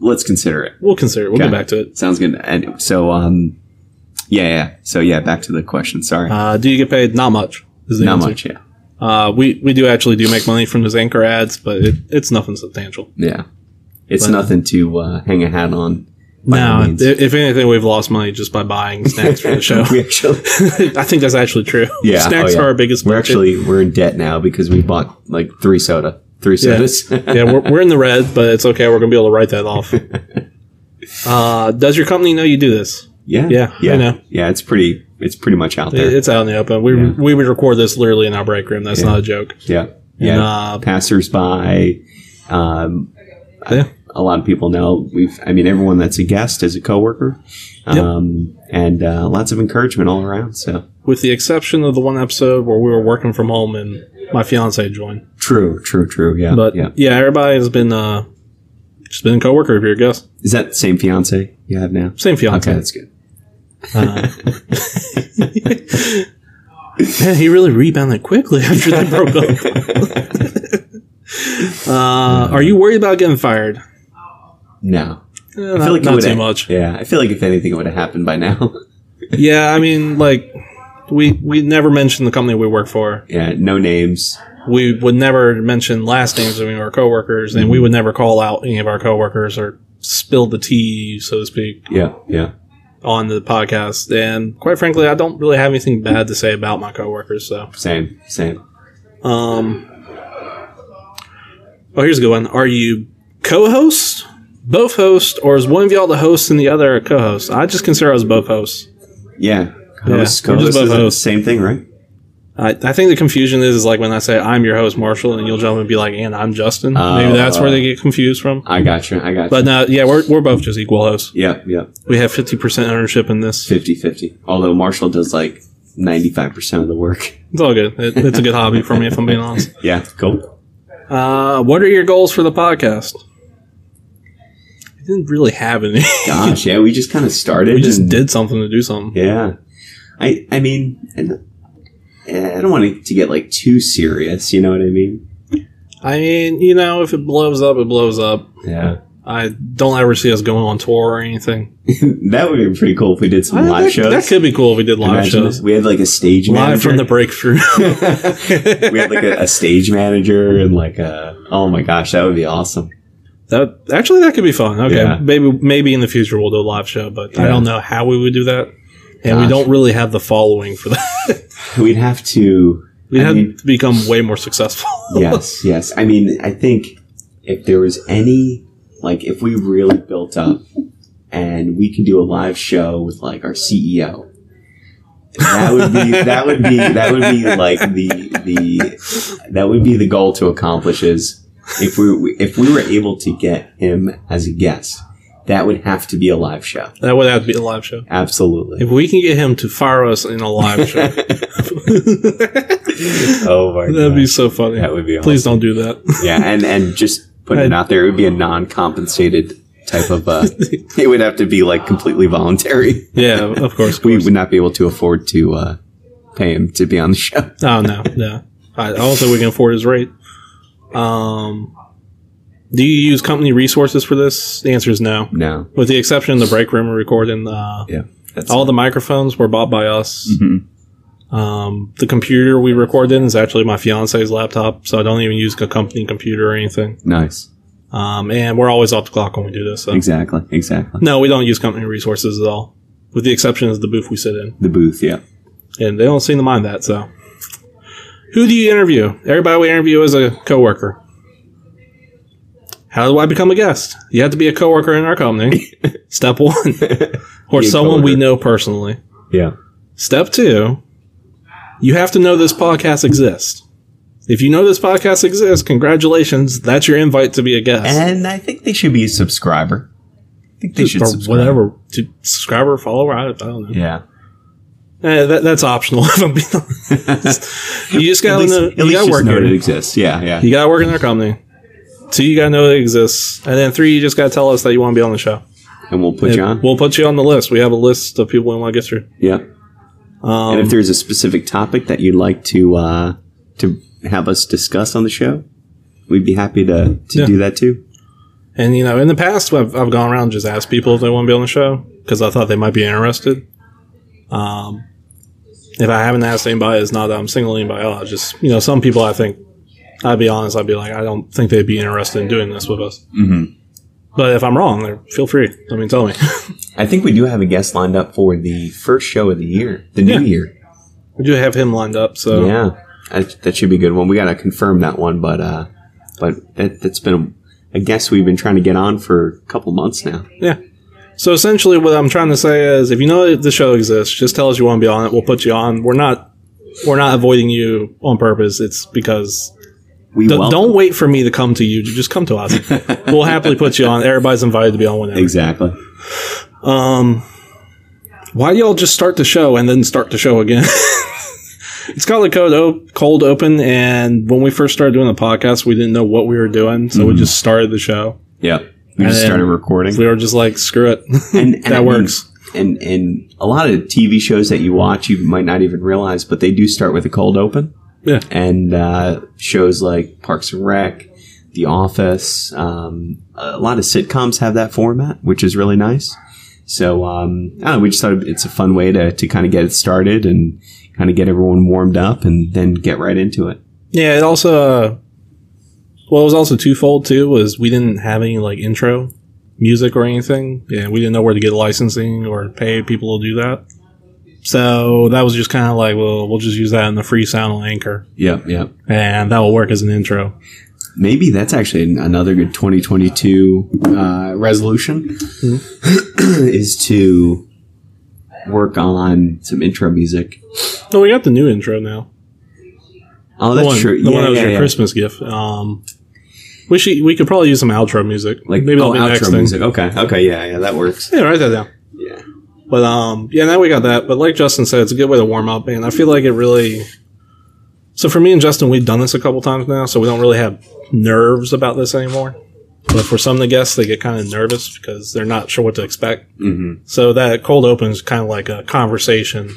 S1: Let's consider it.
S2: We'll consider. it. We'll
S1: Okay.
S2: get back to it.
S1: Sounds good. And so, um, yeah, yeah. So yeah, back to the question. Sorry,
S2: Uh, do you Uh, get paid? Not much. Is the
S1: not
S2: answer.
S1: much. Yeah,
S2: Uh, we we do actually do make money from those anchor ads, but it, it's nothing substantial.
S1: Yeah. It's
S2: But-
S1: nothing to uh, hang a hat on. by all
S2: No,
S1: means.
S2: if if anything, we've lost money just by buying snacks for the show.
S1: we actually,
S2: I think that's actually true.
S1: Yeah, oh,
S2: snacks
S1: yeah.
S2: are our biggest.
S1: we're
S2: budget.
S1: actually we're in debt now because we bought like three soda, three sodas.
S2: yeah, we're, we're in the red, but it's okay. We're gonna be able to write that off. Uh, does your company know you do this?
S1: yeah,
S2: Yeah, I
S1: yeah,
S2: know.
S1: yeah. It's pretty. It's pretty much out
S2: It-
S1: there.
S2: It's out in the open. We
S1: Yeah.
S2: we would record this literally in our break room. That's not a joke.
S1: yeah,
S2: And,
S1: yeah.
S2: uh,
S1: Passersby. Um,
S2: yeah.
S1: a lot of people know we've. I mean, everyone that's a guest is a coworker, um, and uh, lots of encouragement all around. So
S2: with the exception of the one episode where we were working from home and my fiance joined.
S1: true, true, true. Yeah,
S2: But yeah,
S1: yeah.
S2: everybody has been uh, just been a coworker of your guest.
S1: Is that the same fiance you have now?
S2: Same fiance.
S1: Okay, that's good.
S2: Uh, man, he really rebounded quickly after they broke up. uh, are you worried about getting fired?
S1: No,
S2: Eh, not
S1: it
S2: not
S1: would
S2: too
S1: have-
S2: much.
S1: Yeah, I feel like if anything, it would have happened by now.
S2: Yeah, I mean, like we we never mentioned the company we work for.
S1: yeah, no names.
S2: We would never mention last names of any of our coworkers, and
S1: Mm-hmm.
S2: we would never call out any of our coworkers or spill the tea, so to speak.
S1: Yeah, yeah.
S2: on the podcast. And quite frankly, I don't really have anything bad to say about my coworkers. So,
S1: Same, same.
S2: um, oh, here's a good one. Are you co-host, both host, or is one of y'all the host and the other a co-host? I just consider us both hosts.
S1: Yeah. Host,
S2: we're
S1: co-host
S2: just both
S1: is the
S2: hosts.
S1: Same thing, right?
S2: I, I think the confusion is, is like when I say I'm your host, Marshall, and you'll jump and be like, "And I'm Justin." Maybe
S1: Oh,
S2: that's where
S1: uh,
S2: they get confused from.
S1: I got you. I got
S2: But
S1: you.
S2: no, yeah, we're, we're both just equal hosts.
S1: Yeah, yeah.
S2: We have fifty percent ownership in this.
S1: 50-50. Although Marshall does like 95% of the work.
S2: It's all good. It, it's a good hobby for me, if I'm being honest.
S1: Yeah, cool.
S2: Uh, what are your goals for the podcast? I didn't really have any.
S1: Gosh, yeah, we just kind of started.
S2: we just
S1: and-
S2: did something to do something.
S1: Yeah. I I mean, and eh, I don't want it to get like too serious, you know what I mean?
S2: I mean, you know, if it blows up, it blows up.
S1: Yeah.
S2: I don't ever see us going on tour or anything.
S1: that would be pretty cool if we did some
S2: I-
S1: live
S2: that,
S1: shows.
S2: that could be cool if we did live
S1: Imagine
S2: shows.
S1: if we had like a stage
S2: Live
S1: manager.
S2: from the breakthrough.
S1: we had like a, a stage manager and like a oh my gosh, that would be awesome.
S2: that actually that could be fun. Okay,
S1: Yeah.
S2: maybe maybe in the future we'll do a live show, but I
S1: Yeah.
S2: don't know how we would do that, and we
S1: Gosh.
S2: don't really have the following for that.
S1: We'd have to
S2: we
S1: I
S2: have
S1: mean-
S2: to become way more successful.
S1: yes, yes. I mean, I think if there was any, like, if we really built up and we can do a live show with like our CEO, that would be that would be that would be like the the that would be the goal to accomplish is if we if we were able to get him as a guest, that would have to be a live show.
S2: that would have to be a live show.
S1: Absolutely.
S2: If we can get him to fire us in a live show,
S1: Oh my
S2: that'd be
S1: god.
S2: so funny.
S1: That would be
S2: Please don't do that.
S1: Yeah, and and just putting it out there, it would be a non-compensated type of. Uh, it would have to be like completely voluntary.
S2: yeah, of course.
S1: We would not be able to afford to uh, pay him to be on the show.
S2: Oh no, no. I I don't think we can afford his rate. Um, do you use company resources for this? The answer is no.
S1: No.
S2: With the exception of the break room recording, uh,
S1: Yeah. That's
S2: all the microphones were bought by us. Um, the computer we record in is actually my fiance's laptop, so I don't even use a company computer or anything.
S1: nice.
S2: Um, and we're always off the clock when we do this. So.
S1: Exactly. Exactly.
S2: No, we don't use company resources at all, with the exception of the booth we sit in.
S1: The booth. Yeah.
S2: and they don't seem to mind that. So, who do you interview? Everybody we interview is a coworker. How do I become a guest? You have to be a coworker in our company. Step one, or
S1: Be a
S2: someone we
S1: coworker.
S2: know personally.
S1: Yeah.
S2: Step two, you have to know this podcast exists. If you know this podcast exists, congratulations, that's your invite to be a guest.
S1: And I think they should be a subscriber. I think they should
S2: or
S1: subscribe.
S2: whatever, to subscriber, follower, I, I don't know.
S1: Yeah.
S2: Eh, that, that's optional. If I'm being honest, you just
S1: At
S2: gotta
S1: least,
S2: know.
S1: at
S2: you
S1: least
S2: gotta
S1: just
S2: work
S1: know
S2: here.
S1: it exists. Yeah. Yeah.
S2: You gotta work in our company. Two, you gotta know it exists. And then three, you just gotta tell us that you wanna be on the show.
S1: And we'll put you on.
S2: We'll put you on the list. We have a list of people we wanna get through.
S1: yeah.
S2: Um,
S1: and if there's a specific topic that you'd like to uh, to have us discuss on the show, we'd be happy to, to
S2: Yeah.
S1: do that too.
S2: and, you know, in the past, I've, I've gone around and just asked people if they wanna be on the show because I thought they might be interested. Um, if I haven't asked anybody, it's not that I'm singling anybody out. It's just you know, some people I think I'd be honest, I'd be like, I don't think they'd be interested in doing this with us.
S1: Mhm.
S2: But if I'm wrong, then feel free. I mean, tell me.
S1: I think we do have a guest lined up for the first show of the year, the
S2: Yeah.
S1: new year.
S2: we do have him lined up, so
S1: Yeah, that, that should be a good one. We got to confirm that one, but uh, but that, that's been a, a guest we've been trying to get on for a couple months now.
S2: Yeah. So essentially, what I'm trying to say is, if you know the show exists, just tell us you want to be on it. We'll put you on. We're not, we're not avoiding you on purpose. It's because
S1: We
S2: d-
S1: welcome-
S2: don't wait for me to come to you. Just come to us. we'll happily put you on. Everybody's invited to be on whenever.
S1: exactly.
S2: Why do y'all just start the show and then start the show again? it's called the code o- cold open, and when we first started doing the podcast, we didn't know what we were doing, so we
S1: Mm-hmm.
S2: just started the show.
S1: Yeah, we just
S2: then-
S1: started recording.
S2: We were just like, screw it.
S1: and, and
S2: That
S1: I mean,
S2: works.
S1: and and a lot of TV shows that you watch, you might not even realize, but they do start with a cold open.
S2: Yeah.
S1: And uh, shows like Parks and Rec, The Office, um, a lot of sitcoms have that format, which is really nice. So um, I don't know, we just thought it's a fun way to, to kind of get it started and kind of get everyone warmed up and then get right into it.
S2: Yeah, it also uh, well, it was also twofold too. Was we didn't have any like intro music or anything. Yeah, we didn't know where to get licensing or pay people to do that. So that was just kind of like, well, we'll just use that in the free sound on Anchor,
S1: Yep, yep.
S2: and that will work as an intro.
S1: Maybe that's actually an- another good 2022 uh, resolution
S2: Mm-hmm.
S1: is to work on some intro music.
S2: No, Oh, we got the new intro now.
S1: Oh,
S2: The
S1: that's
S2: one,
S1: true.
S2: The
S1: yeah,
S2: one that was
S1: yeah,
S2: your
S1: yeah.
S2: Christmas gift. Um, we should we could probably use some outro music.
S1: Like
S2: maybe
S1: oh,
S2: that'll be the next
S1: outro
S2: thing.
S1: music. Okay, okay, yeah, yeah, that works.
S2: Yeah, write that down.
S1: Yeah,
S2: But um, yeah, now we got that. But like Justin said, it's a good way to warm up, and I feel like it really. So for me and Justin, we've done this a couple times now, so we don't really have nerves about this anymore. But for some of the guests, they get kind of nervous because they're not sure what to expect.
S1: Mhm.
S2: So that cold open is kind of like a conversation.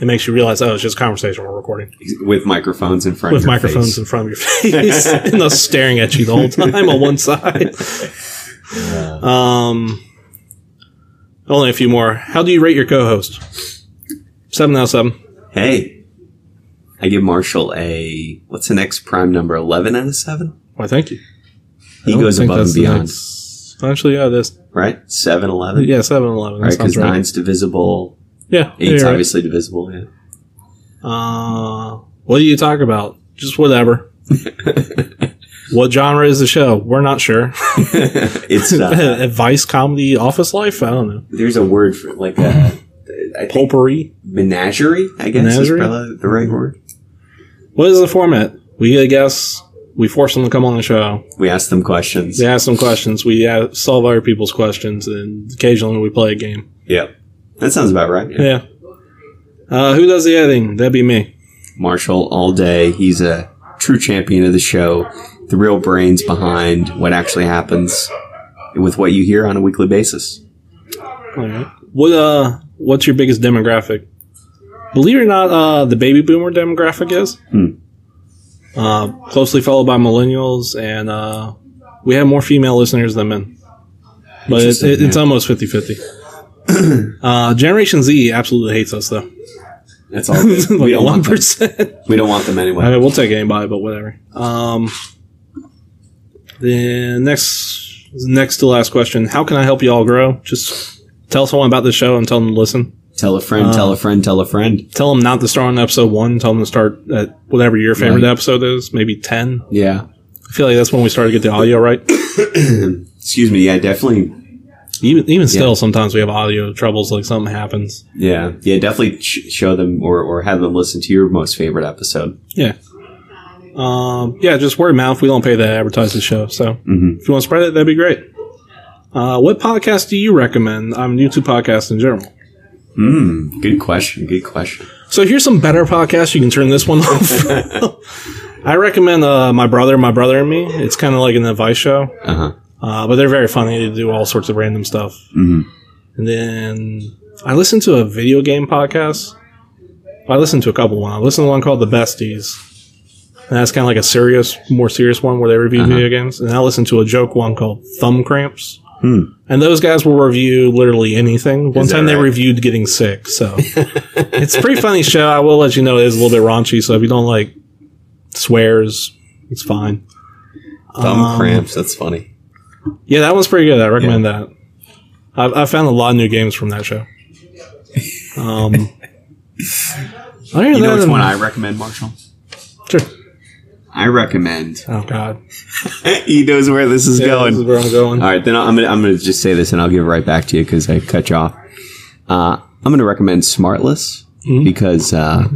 S2: It makes you realize, oh, it's just conversation we're recording
S1: with microphones in front
S2: with
S1: of your
S2: microphones
S1: face.
S2: in front of your face and us staring at you the whole time on one side. Um, only a few more. How do you rate your co-host? Seven out of seven.
S1: Hey, I give Marshall a what's the next prime number? Eleven out of seven.
S2: Why? Thank you. I
S1: He
S2: don't
S1: goes
S2: think
S1: above and
S2: that's the
S1: beyond,
S2: next- Actually, yeah, it is.
S1: right? Seven, eleven.
S2: Yeah, seven and eleven. That
S1: right? Because
S2: sounds right.
S1: nine's divisible,
S2: Yeah, yeah,
S1: eight's
S2: you're right.
S1: obviously divisible. Yeah.
S2: Uh, what do you talk about? Just whatever. what genre is the show? We're not sure.
S1: It's uh,
S2: Advice, comedy, office life. I don't know.
S1: there's a word for it, like a I think
S2: Potpourri.
S1: menagerie. I guess
S2: Menagerie?
S1: is probably the right word.
S2: What is the format? We get a guest. We force them to come on the show.
S1: We ask them questions.
S2: They ask some questions. We uh, solve other people's questions, and occasionally we play a game.
S1: Yep. that sounds about right. Yeah.
S2: Yeah. Uh, who does the editing? That'd be me.
S1: Marshall all day. He's a true champion of the show. The real brains behind what actually happens with what you hear on a weekly basis.
S2: All right. What uh? What's your biggest demographic? Believe it or not, uh, the baby boomer demographic is
S1: Hmm.
S2: uh, closely followed by millennials, and uh, we have more female listeners than men. But it,
S1: Interesting,
S2: it, it's
S1: yeah.
S2: almost 50 50. uh, Generation Z absolutely hates us, though.
S1: That's all. Good.
S2: like
S1: we don't
S2: one
S1: want them.
S2: percent.
S1: We don't want them anyway.
S2: I mean, we'll take anybody, but whatever. Um, the next, next to last question: How can I help you all grow? Just tell someone about the show and tell them to listen.
S1: Tell a friend. tell a friend. Tell a friend.
S2: Tell them not to start on episode one. Tell them to start at whatever your favorite
S1: Right.
S2: episode is, maybe ten.
S1: Yeah.
S2: I feel like that's when we started to get the audio right.
S1: Excuse me. Yeah. Definitely
S2: even even still, sometimes we have audio troubles. Like something happens.
S1: Yeah, yeah, definitely sh- show them or, or have them listen to your most favorite episode.
S2: Yeah. Um, yeah, just word of mouth. We don't pay that advertise the show. So if you want to spread it, that'd be great. Uh, what podcast do you recommend? I'm new to podcasts in general.
S1: Mm, good question. Good question.
S2: So here's some better podcasts. You can turn this one off. I recommend uh, My Brother, My Brother and Me. It's kind of like an advice show,
S1: Uh huh.
S2: uh, but they're very funny. They do all sorts of random stuff.
S1: Mm-hmm.
S2: And then I listened to a video game podcast. I listened to a couple one. I listened to one called The Besties. And that's
S1: Uh-huh.
S2: kind of like a serious, more serious one where they review video games. And I listened to a joke one called Thumb Cramps.
S1: Hmm.
S2: And those guys will review literally anything. One
S1: Is that
S2: time they
S1: right?
S2: reviewed getting sick, so it's a pretty funny show. I will let you know it is a little bit raunchy, so if you don't like swears, it's fine.
S1: Thumb
S2: Um,
S1: cramps. That's funny.
S2: Yeah, that one's pretty good. I recommend that. I've, i found a lot of new games from that show. Um,
S1: You know which one I recommend, Marshall?
S2: Sure.
S1: I recommend.
S2: Oh God,
S1: he knows where this is
S2: Yeah,
S1: going.
S2: this is where I'm going.
S1: All right, then I'm gonna I'm gonna just say this, and I'll give it right back to you because I cut you off. Uh, I'm gonna recommend Smartless because uh,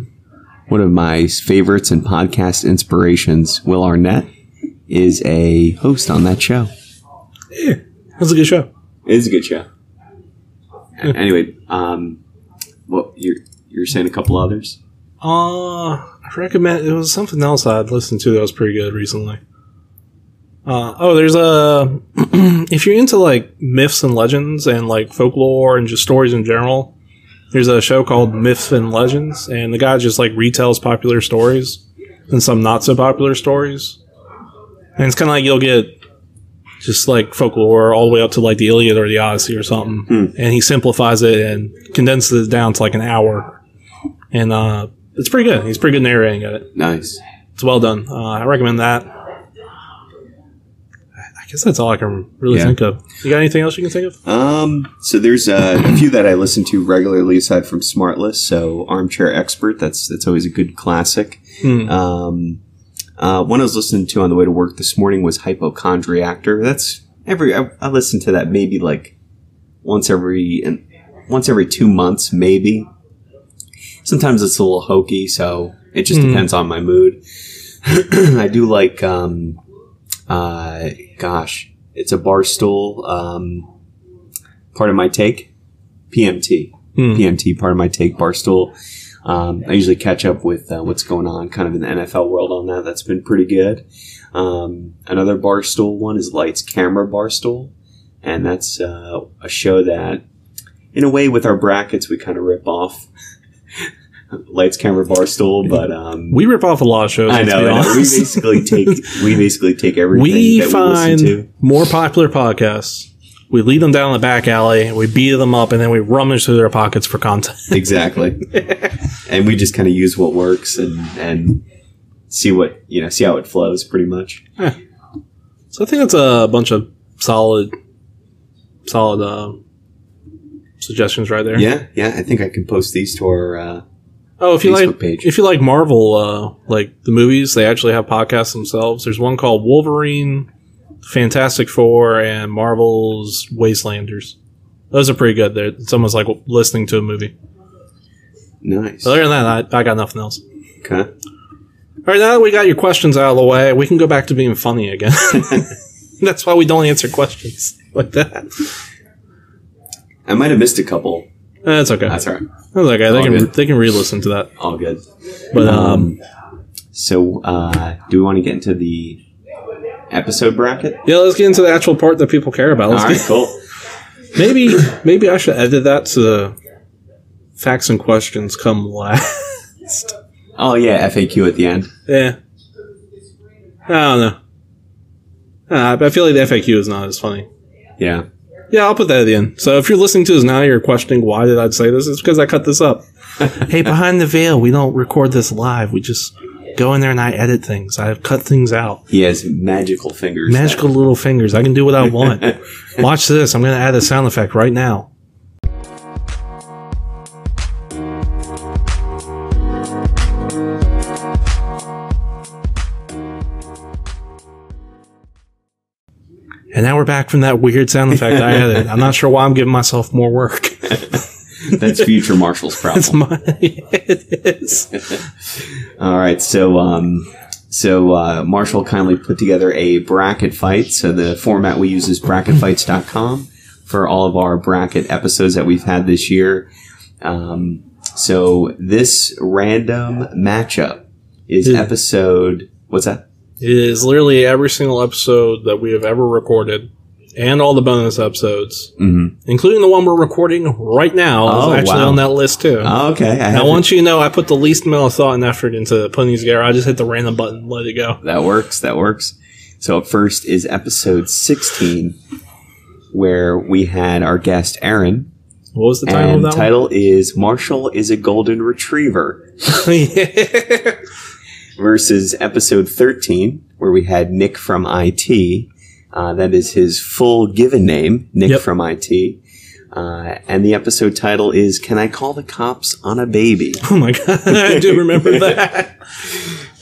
S1: one of my favorites and podcast inspirations, Will Arnett, is a host on that show.
S2: That's a good show.
S1: It's a good show. Anyway, um, well, you're you're saying a couple others.
S2: Uh, I recommend it was something else I'd listened to that was pretty good recently. Uh, oh, there's a if you're into like myths and legends and like folklore and just stories in general, there's a show called Myths and Legends, and the guy just like retells popular stories and some not so popular stories, and it's kind of like you'll get just like folklore all the way up to like the Iliad or the Odyssey or something, and he simplifies it and condenses it down to like an hour, and uh, it's pretty good. He's pretty good narrating at it.
S1: Nice.
S2: It's well done. Uh, I recommend that. I I guess that's all I can really
S1: Yeah.
S2: think of. You got anything else you can think of?
S1: Um, so there's uh, a few that I listen to regularly aside from Smartless. So Armchair Expert, that's that's always a good classic.
S2: Hmm.
S1: Um, uh, one I was listening to on the way to work this morning was Hypochondriactor. That's every I, I listen to that maybe like once every and once every two months, maybe. Sometimes it's a little hokey, so it just
S2: Hmm.
S1: depends on my mood. I do like, um, uh, gosh, it's a barstool. Um, part of my take, PMT.
S2: Hmm.
S1: PMT, part of my take barstool. Um, I usually catch up with uh, what's going on kind of in the NFL world on that. That's been pretty good. Um, another barstool one is Lights Camera Barstool, and that's uh, a show that, in a way, with our brackets, we kind of rip off Lights Camera Barstool, but um,
S2: We rip off a lot of shows.
S1: I
S2: let's
S1: know,
S2: be
S1: I know. we
S2: honest.
S1: basically take we basically take everything
S2: we
S1: that
S2: find
S1: we listen to.
S2: more popular podcasts. We lead them down the back alley. We beat them up, and then we rummage through their pockets for content.
S1: exactly and we just kind of use what works and and see what you know see how it flows pretty much
S2: So I think that's a bunch of solid, solid uh, suggestions right there.
S1: yeah yeah i think i can post these to our uh
S2: Oh, if you
S1: Facebook
S2: like,
S1: page.
S2: if you like Marvel, uh, like the movies, they actually have podcasts themselves. There's one called Wolverine, Fantastic Four, and Marvel's Wastelanders. Those are pretty good. They're, it's almost like listening to a movie.
S1: nice
S2: Other than that, I, I got nothing else.
S1: okay
S2: All right, now that we got your questions out of the way, we can go back to being funny again. That's why we don't answer questions like that.
S1: i might have missed a couple
S2: That's okay.
S1: that's all right
S2: That's okay. They
S1: all
S2: can
S1: good.
S2: they can re-listen to that.
S1: all good
S2: But um,
S1: so uh do we want to get into the episode bracket
S2: yeah, let's get into the actual part that people care about. Let's
S1: all
S2: get-
S1: right cool
S2: Maybe maybe I should edit that to the facts and questions come last.
S1: oh yeah faq at the end
S2: yeah. I don't know. Uh, but I feel like the FAQ is not as funny.
S1: yeah
S2: Yeah, I'll put that at the end. So if you're listening to this now, you're questioning why did I say this? It's because I cut this up. hey, behind the veil, we don't record this live. We just go in there and I edit things. I cut things out.
S1: he has magical fingers
S2: Magical little fingers. I can do what I want. Watch this. I'm going to add a sound effect right now. And now we're back from that weird sound effect I added. I'm not sure why I'm giving myself more work.
S1: that's future marshall's problem
S2: It's my, it is.
S1: All right, so um, so uh, Marshall kindly put together a bracket fight. So the format we use is bracketfights.com for all of our bracket episodes that we've had this year. Um, so this random matchup is
S2: Yeah.
S1: episode. What's that?
S2: It is literally every single episode that we have ever recorded and all the bonus episodes,
S1: Mhm.
S2: including the one we're recording right now,
S1: Oh,
S2: is actually
S1: wow.
S2: on that list too.
S1: Oh, okay, I
S2: I
S1: haven't-
S2: want you to know I put the least amount of thought and effort into putting these together. I just hit the random button, and let it go.
S1: that works. That works. So up first is episode sixteen, where we had our guest Aaron,
S2: What was the title
S1: and
S2: of
S1: the
S2: that
S1: title is Marshall is a Golden Retriever
S2: one? yeah.
S1: versus episode 13, where we had Nick from IT. Uh, that is his full given name, Nick
S2: Yep.
S1: from IT. Uh, and the episode title is Can I Call the Cops on a Baby?
S2: Oh my god, I do remember that.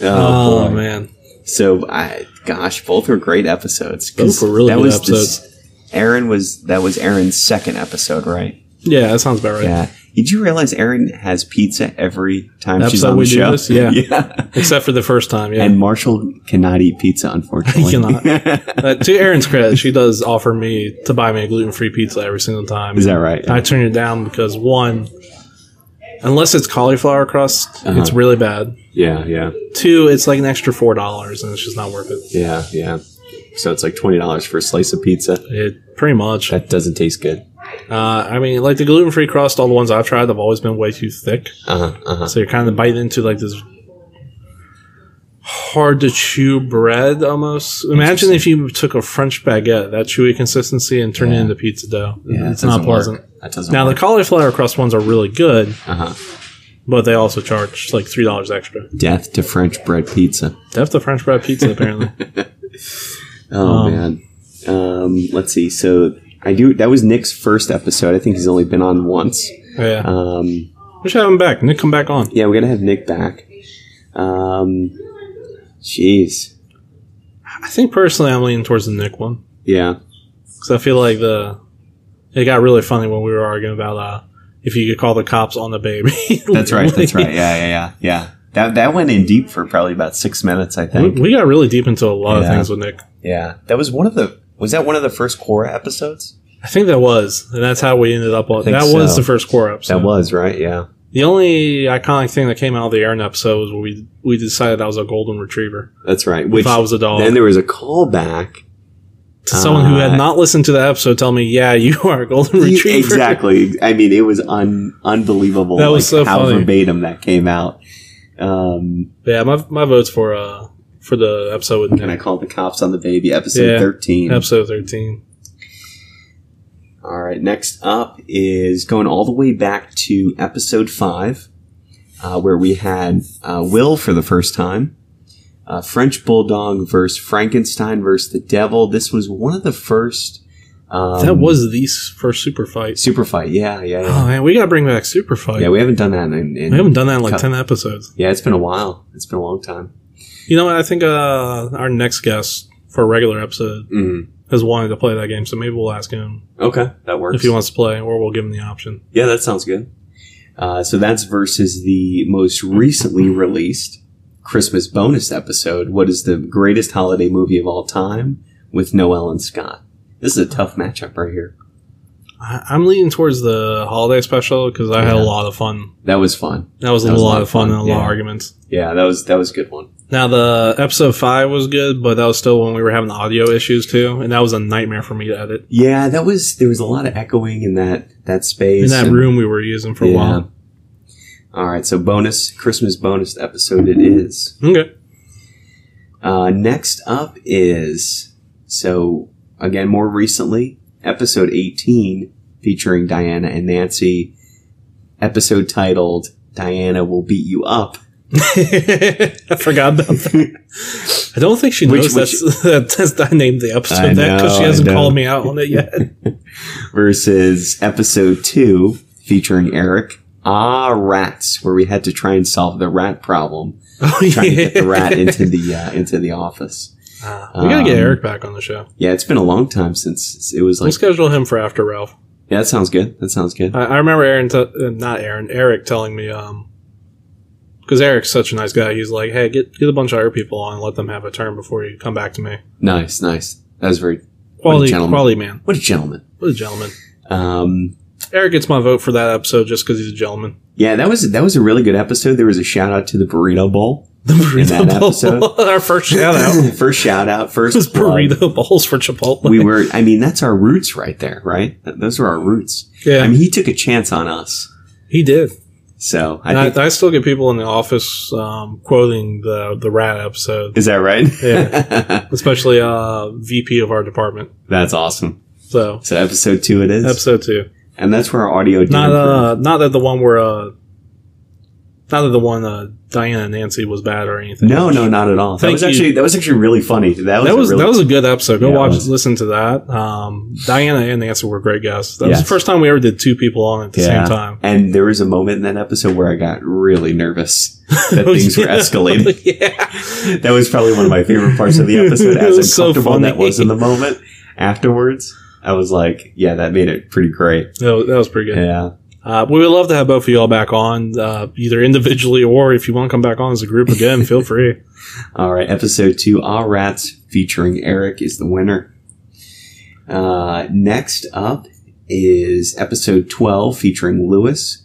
S1: Oh,
S2: oh
S1: boy.
S2: man.
S1: So, I, gosh, both were great episodes. 'cause
S2: Both were really good
S1: the s- Aaron was, that was Aaron's second episode, right?
S2: Yeah, that sounds about right.
S1: Yeah. Did you realize Erin has pizza every time
S2: That's
S1: she's
S2: how
S1: on
S2: we
S1: the
S2: do
S1: show?
S2: this? Yeah.
S1: yeah.
S2: Except for the first time, yeah.
S1: And Marshall cannot eat pizza, unfortunately.
S2: He cannot. Uh, to Erin's credit, she does offer me to buy me a gluten free pizza every single time.
S1: Is that right?
S2: I turn it down because one, unless it's cauliflower crust,
S1: Uh-huh.
S2: it's really bad.
S1: yeah, yeah,
S2: Two, it's like an extra four dollars, and it's just not worth it.
S1: yeah, yeah. So it's like twenty dollars for a slice of pizza.
S2: It pretty much. Uh,
S1: That doesn't taste good.
S2: I mean, like the gluten free crust, all the ones I've tried have always been way too thick.
S1: Uh huh. Uh huh.
S2: So you're kind of biting into like this hard to chew bread almost. Imagine if you took a French baguette, that chewy consistency, and turned
S1: Yeah.
S2: it into pizza dough.
S1: Yeah,
S2: it's not pleasant.
S1: That doesn't.
S2: Now the
S1: work.
S2: cauliflower crust ones are really good,
S1: Uh-huh.
S2: but they also charge like three dollars extra.
S1: death to French bread pizza.
S2: That's the French bread pizza apparently.
S1: Oh
S2: Um,
S1: man. Um, let's see. So I do. That was Nick's first episode. I think he's only been on once.
S2: yeah,
S1: Um,
S2: we should have him back. Nick, come back on.
S1: Yeah, we're gonna have Nick back. Um, jeez.
S2: I think personally, I'm leaning towards the Nick one
S1: Yeah.
S2: because I feel like the it got really funny when we were arguing about uh, if you could call the cops on the baby.
S1: That's right. That's right. Yeah. Yeah. Yeah. Yeah. That that went in deep for probably about six minutes, I
S2: We,
S1: think.
S2: we got really deep into a lot
S1: Yeah.
S2: of things with Nick.
S1: Yeah. That was one of the. Was that one of the first Cora episodes?
S2: I think that was, and that's how we ended up. On,
S1: think
S2: that was
S1: so.
S2: the first core episode.
S1: That was right. Yeah.
S2: the only iconic thing that came out of the Aaron episode was we we decided I was a golden retriever.
S1: That's right. Which
S2: if I was a dog,
S1: then there was a callback.
S2: to someone who
S1: Uh,
S2: had not listened to the episode tell me, "Yeah, you are a golden retriever."
S1: Exactly. I mean, it was un- unbelievable.
S2: That was so
S1: how
S2: funny.
S1: verbatim that came out. Um,
S2: Yeah, my my votes for uh for the episode with
S1: and I
S2: Nick,
S1: called the cops on the baby, episode
S2: Yeah.
S1: thirteen.
S2: episode thirteen.
S1: All right, next up is going all the way back to episode five, uh, where we had uh, Will for the first time. Uh, French Bulldog versus Frankenstein versus the Devil. This was one of the first. Um,
S2: that was the s- first super fight.
S1: Super Fight. Yeah, yeah, yeah.
S2: Oh man, we gotta bring back super fight.
S1: yeah, we haven't done that in. in
S2: we haven't done that in like
S1: Cut.
S2: ten episodes.
S1: yeah, it's been a while. It's been a long time.
S2: You know, what? I think uh our next guest for a regular episode
S1: Mm.
S2: has wanted to play that game, so maybe we'll ask him
S1: Okay, that works.
S2: if he wants to play, or we'll give him the option.
S1: Yeah, that sounds good. Uh, so that's versus the most recently released Christmas bonus episode. What is the greatest holiday movie of all time with Noel and Scott? This is a tough matchup right here.
S2: I, I'm leaning towards the holiday special because I had a
S1: Yeah.
S2: lot of fun.
S1: That was fun.
S2: That was a
S1: That was
S2: lot, of fun, and a lot
S1: yeah.
S2: of arguments.
S1: Yeah, that was that was a good one.
S2: Now the episode five was good, but that was still when we were having the audio issues too, and that was a nightmare for me to edit.
S1: Yeah, that was there was a lot of echoing in that that space
S2: In that
S1: and-
S2: room we were using for a
S1: yeah.
S2: while.
S1: All right, so bonus Christmas bonus episode it is.
S2: Okay.
S1: Uh, next up is so again more recently episode 18 featuring Diana and Nancy. Episode titled "Diana Will Beat You Up,"
S2: I forgot about that. I don't think she
S1: Which-
S2: knows
S1: which-
S2: that's, that, that's I named the
S1: I
S2: episode that because she
S1: know, I
S2: hasn't
S1: know.
S2: called me out on it yet.
S1: versus episode two featuring Eric. Ah, rats! Where we had to try and solve the rat problem,
S2: oh,
S1: trying to get the rat into the uh, into the office.
S2: Ah, we gotta get
S1: Um,
S2: Eric back on the show.
S1: Yeah, it's been a long time since it was
S2: We'll
S1: like.
S2: schedule him for after Ralph.
S1: Yeah, that sounds good. That sounds good.
S2: I, I remember Aaron, t- uh, not Aaron, Eric telling me, um, because Eric's such a nice guy. He's like, hey, get get a bunch of other people on, and let them have a turn before you come back to me.
S1: Nice, nice. That was very.
S2: Quality,
S1: gentleman.
S2: quality man.
S1: What a gentleman.
S2: What a gentleman.
S1: Um,
S2: Eric gets my vote for that episode just because he's a gentleman.
S1: Yeah, that was that was a really good episode. There was a shout out to the burrito bowl.
S2: The burrito
S1: that
S2: bowl.
S1: episode?
S2: Our first shout out
S1: first shout out, first
S2: was
S1: plug.
S2: Oh. burrito bowls for Chipotle.
S1: We were, I mean, that's our roots right there, right? Th- Those are our roots.
S2: yeah,
S1: I mean, he took a chance on us,
S2: he did.
S1: so I
S2: And I,
S1: think
S2: I, still get people in the office um, quoting the the rat episode,
S1: is that right?
S2: Yeah. especially uh, VP of our department.
S1: that's awesome.
S2: So
S1: So episode two it is,
S2: episode two.
S1: and that's where our audio. did
S2: Not
S1: improve.
S2: uh, not that the one where uh, not that the one uh, Diana and Nancy was bad or anything.
S1: no, no, not at all. That
S2: Thank
S1: was
S2: you.
S1: actually that was actually really funny. That was
S2: that was
S1: a really,
S2: that was a good episode. Go
S1: Yeah, it
S2: watch,
S1: was.
S2: listen to that. Um, Diana and Nancy were great guests. That was
S1: Yes.
S2: the first time we ever did two people on at the
S1: Yeah.
S2: same time.
S1: And there was a moment in that episode where I got really nervous that things were
S2: Oh, Yeah.
S1: escalating.
S2: yeah,
S1: That was probably one of my favorite parts of the episode.
S2: It
S1: As
S2: was so
S1: uncomfortable
S2: funny.
S1: that was in the moment. Afterwards, I was like, "Yeah, that made it pretty great."
S2: that was, that was pretty good.
S1: Yeah,
S2: Uh, we would love to have both of y'all back on, uh, either individually or if you want to come back on as a group again, feel free.
S1: All right, episode two, All Rats featuring Eric is the winner. Uh, next up is episode 12 featuring Lewis,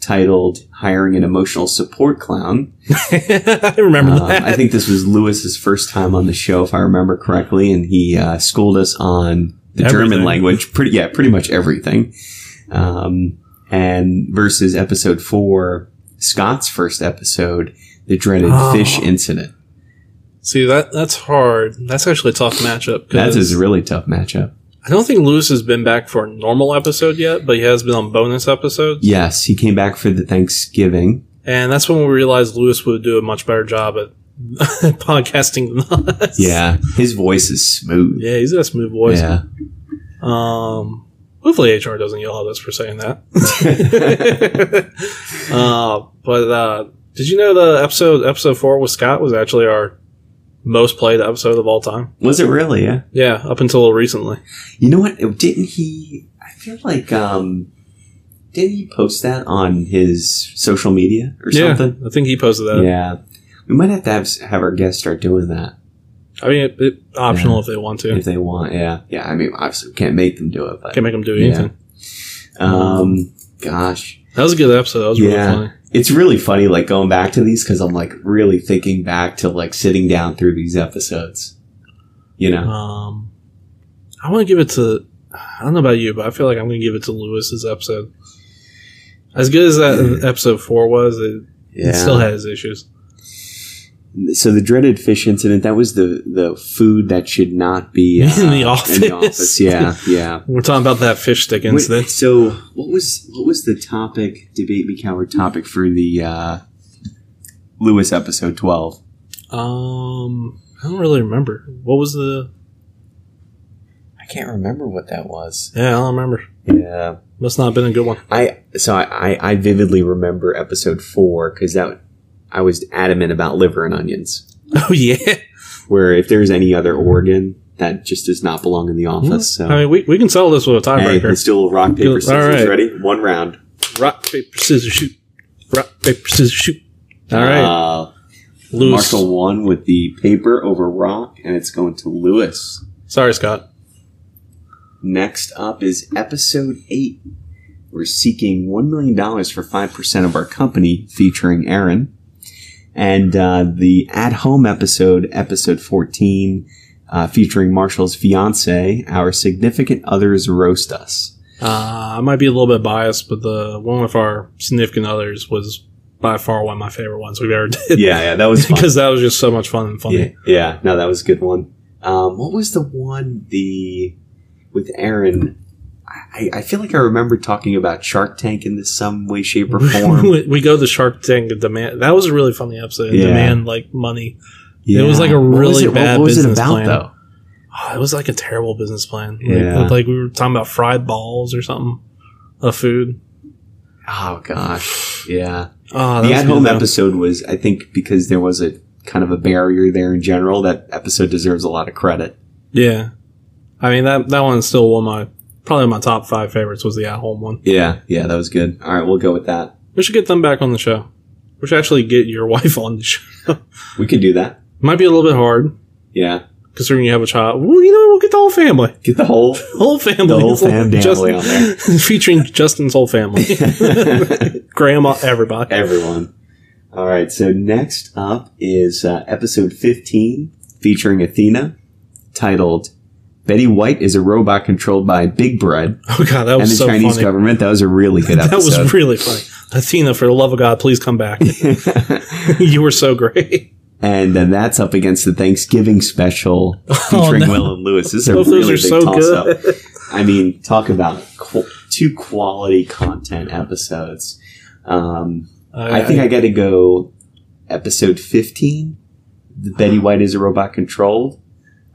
S1: titled Hiring an Emotional Support Clown.
S2: I remember
S1: Um,
S2: that.
S1: I think this was Lewis's first time on the show, if I remember correctly, and he uh, schooled us on the
S2: Everything.
S1: German language. Pretty, yeah, pretty much everything. Um, and versus episode four, Scott's first episode, the dreaded
S2: Oh.
S1: fish incident.
S2: See that that's hard. That's actually a tough matchup. 'cause
S1: That is a really tough matchup.
S2: I don't think Lewis has been back for a normal episode yet, but he has been on bonus episodes,
S1: Yes, he came back for the Thanksgiving.
S2: and that's when we realized Lewis would do a much better job at podcasting than us.
S1: Yeah, his voice is smooth.
S2: yeah, he's got a smooth voice.
S1: Yeah,
S2: Um, hopefully HR doesn't yell at us for saying that. uh, but uh, did you know the episode episode four with Scott was actually our most played episode of all time?
S1: was it really? Yeah.
S2: Yeah, up until recently.
S1: You know what? Oh, Didn't he? I feel like um, didn't he post that on his social media or
S2: yeah,
S1: something?
S2: I think he posted that.
S1: yeah, we might have to have, have our guests start doing that
S2: I mean, it, it, optional if they want to.
S1: if they want. Yeah, yeah. I mean, obviously, we can't make them do it, but
S2: Can't make them do
S1: Yeah.
S2: anything.
S1: um, gosh,
S2: That was a good episode. That was
S1: Yeah.
S2: really funny.
S1: it's really funny like going back to these because i'm like really thinking back to like sitting down through these episodes you know
S2: Um, I want to give it to. I don't know about you, but I feel like I'm going to give it to Lewis's episode. As good as that episode four was, it,
S1: yeah
S2: it still has issues.
S1: so the dreaded fish incident that was the the food that should not be uh,
S2: In the office.
S1: yeah yeah
S2: We're talking about that fish stick
S1: Wait,
S2: incident.
S1: so what was what was the topic debate me coward topic for the uh lewis episode 12
S2: Um, I don't really remember what was the.
S1: i can't remember what that was
S2: Yeah, I don't remember.
S1: yeah
S2: Must not have been a good one.
S1: I so I, I- I vividly remember episode four because that I was adamant about liver and onions.
S2: Oh yeah.
S1: Where if there's any other organ, that just does not belong in the
S2: Hmm?
S1: office. So
S2: I mean, we, we can settle this with a
S1: hey,
S2: tiebreaker.
S1: let's do a little rock
S2: All
S1: paper scissors.
S2: right.
S1: Ready? One round.
S2: Rock paper scissors shoot. Rock paper scissors shoot. All right,
S1: Uh,
S2: Lewis.
S1: Marshall won with the paper over rock, and it's going to Lewis.
S2: Sorry, Scott.
S1: Next up is episode eight. We're seeking $1 million for 5% of our company, featuring Aaron. And uh, the at home episode, episode 14, uh, featuring Marshall's fiance, Our Significant Others Roast Us.
S2: Uh, I might be a little bit biased, but the one with our significant others was by far one of my favorite ones we've ever did.
S1: yeah, that was
S2: because that was just so much fun and funny.
S1: Yeah, yeah, no, that was a good one. Um, what was the one the with Aaron? I, I feel like I remember talking about Shark Tank in this some way, shape, or form.
S2: we, we go to Shark Tank and demand. That was a really funny episode.
S1: Yeah.
S2: Demand like money. It was like a
S1: What was
S2: really
S1: it- what-
S2: bad
S1: What was it
S2: business
S1: about
S2: plan.
S1: though?
S2: Oh, it was like a terrible business plan. Like,
S1: Yeah.
S2: like we were talking about fried balls or something of food.
S1: Oh gosh, yeah.
S2: Oh, that
S1: the
S2: was
S1: at
S2: good,
S1: home
S2: though.
S1: episode was, I think, because there was a kind of a barrier there in general. That episode deserves a lot of credit.
S2: Yeah, I mean that that one's still one of my probably my top five favorites was the at home one.
S1: Yeah, yeah, that was good. All right, we'll go with that.
S2: We should get them back on the show. We should actually get your wife on the show.
S1: We could do that.
S2: Might be a little bit hard
S1: Yeah,
S2: considering you have a child. Well, you know, we'll get the whole family.
S1: get the whole.
S2: Whole family.
S1: The whole
S2: It's like
S1: fam damn
S2: Justin-
S1: way on there.
S2: featuring Justin's whole family. Grandma, everybody.
S1: everyone. All right, so next up is uh, episode 15 featuring Athena titled Betty White is a Robot Controlled by Big Bread
S2: Oh, God, that
S1: and
S2: was
S1: the
S2: so
S1: Chinese
S2: funny.
S1: Government. That was a really good
S2: That
S1: episode.
S2: was really funny. Athena, for the love of God, please come back. you were so great.
S1: and then that's up against the Thanksgiving special featuring
S2: Oh, no.
S1: Will and Lewis. This is a
S2: Both
S1: really
S2: those are
S1: big
S2: so
S1: toss
S2: good.
S1: up. I mean, talk about qu- two quality content episodes. Um, I think I got to go episode 15. The Betty White is a robot controlled.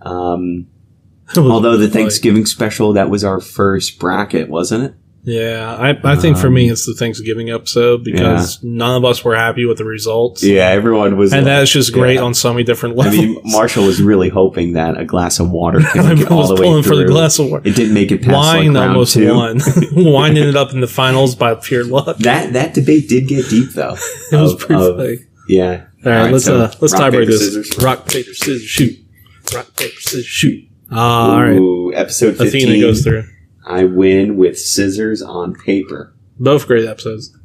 S1: Um, although the Thanksgiving special, that was our first bracket, wasn't it?
S2: Yeah, I, I think for
S1: Um,
S2: me it's the Thanksgiving episode because none of us were happy with the results.
S1: Yeah, everyone was. uh,
S2: And that's just great
S1: yeah.
S2: on so many different
S1: I
S2: levels.
S1: mean, Marshall was really hoping that a glass of water could
S2: I
S1: make
S2: was
S1: it all the way
S2: pulling
S1: through.
S2: for the glass of water.
S1: It didn't make it past
S2: Wine
S1: like, round
S2: almost
S1: two.
S2: won. Wine ended up in the finals by pure luck.
S1: That that debate did get deep though.
S2: It was
S1: Of-
S2: pretty
S1: of-
S2: funny.
S1: Yeah.
S2: All right, let's
S1: so
S2: uh, let's
S1: rock,
S2: tie break
S1: paper,
S2: this.
S1: scissors.
S2: Rock paper scissors shoot. Rock paper scissors shoot. Uh, all right,
S1: Ooh, episode fifteen.
S2: Athena goes through.
S1: I win with scissors on paper.
S2: Both great episodes.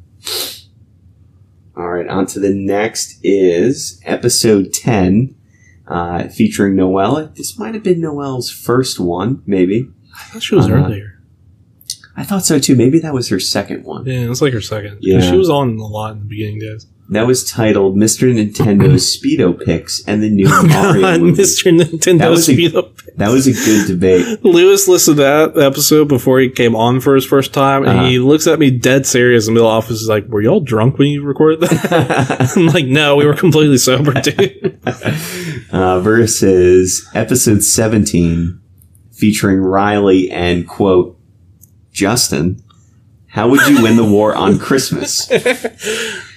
S1: All right, on to the next is episode 10, uh, featuring Noelle. This might have been Noelle's first one, maybe.
S2: I thought she was
S1: Uh-huh.
S2: earlier.
S1: I thought so too. Maybe that was her second one.
S2: Yeah, it's like her second.
S1: Yeah.
S2: she was on a lot in the beginning days.
S1: That was titled Mr. Nintendo's Speedo Picks and the New
S2: Oh
S1: Mario
S2: God,
S1: Movie.
S2: Mr.
S1: That
S2: Nintendo
S1: was a-
S2: speed up.
S1: That was a good debate.
S2: Lewis listened to that episode before he came on for his first time, and
S1: Uh-huh.
S2: he looks at me dead serious in the middle of the office. He's like, "Were y'all drunk when you recorded that?" I'm like, "No, we were completely sober, dude."
S1: Uh, versus episode 17, featuring Riley and, quote, Justin. How would you win the war on Christmas?
S2: Um,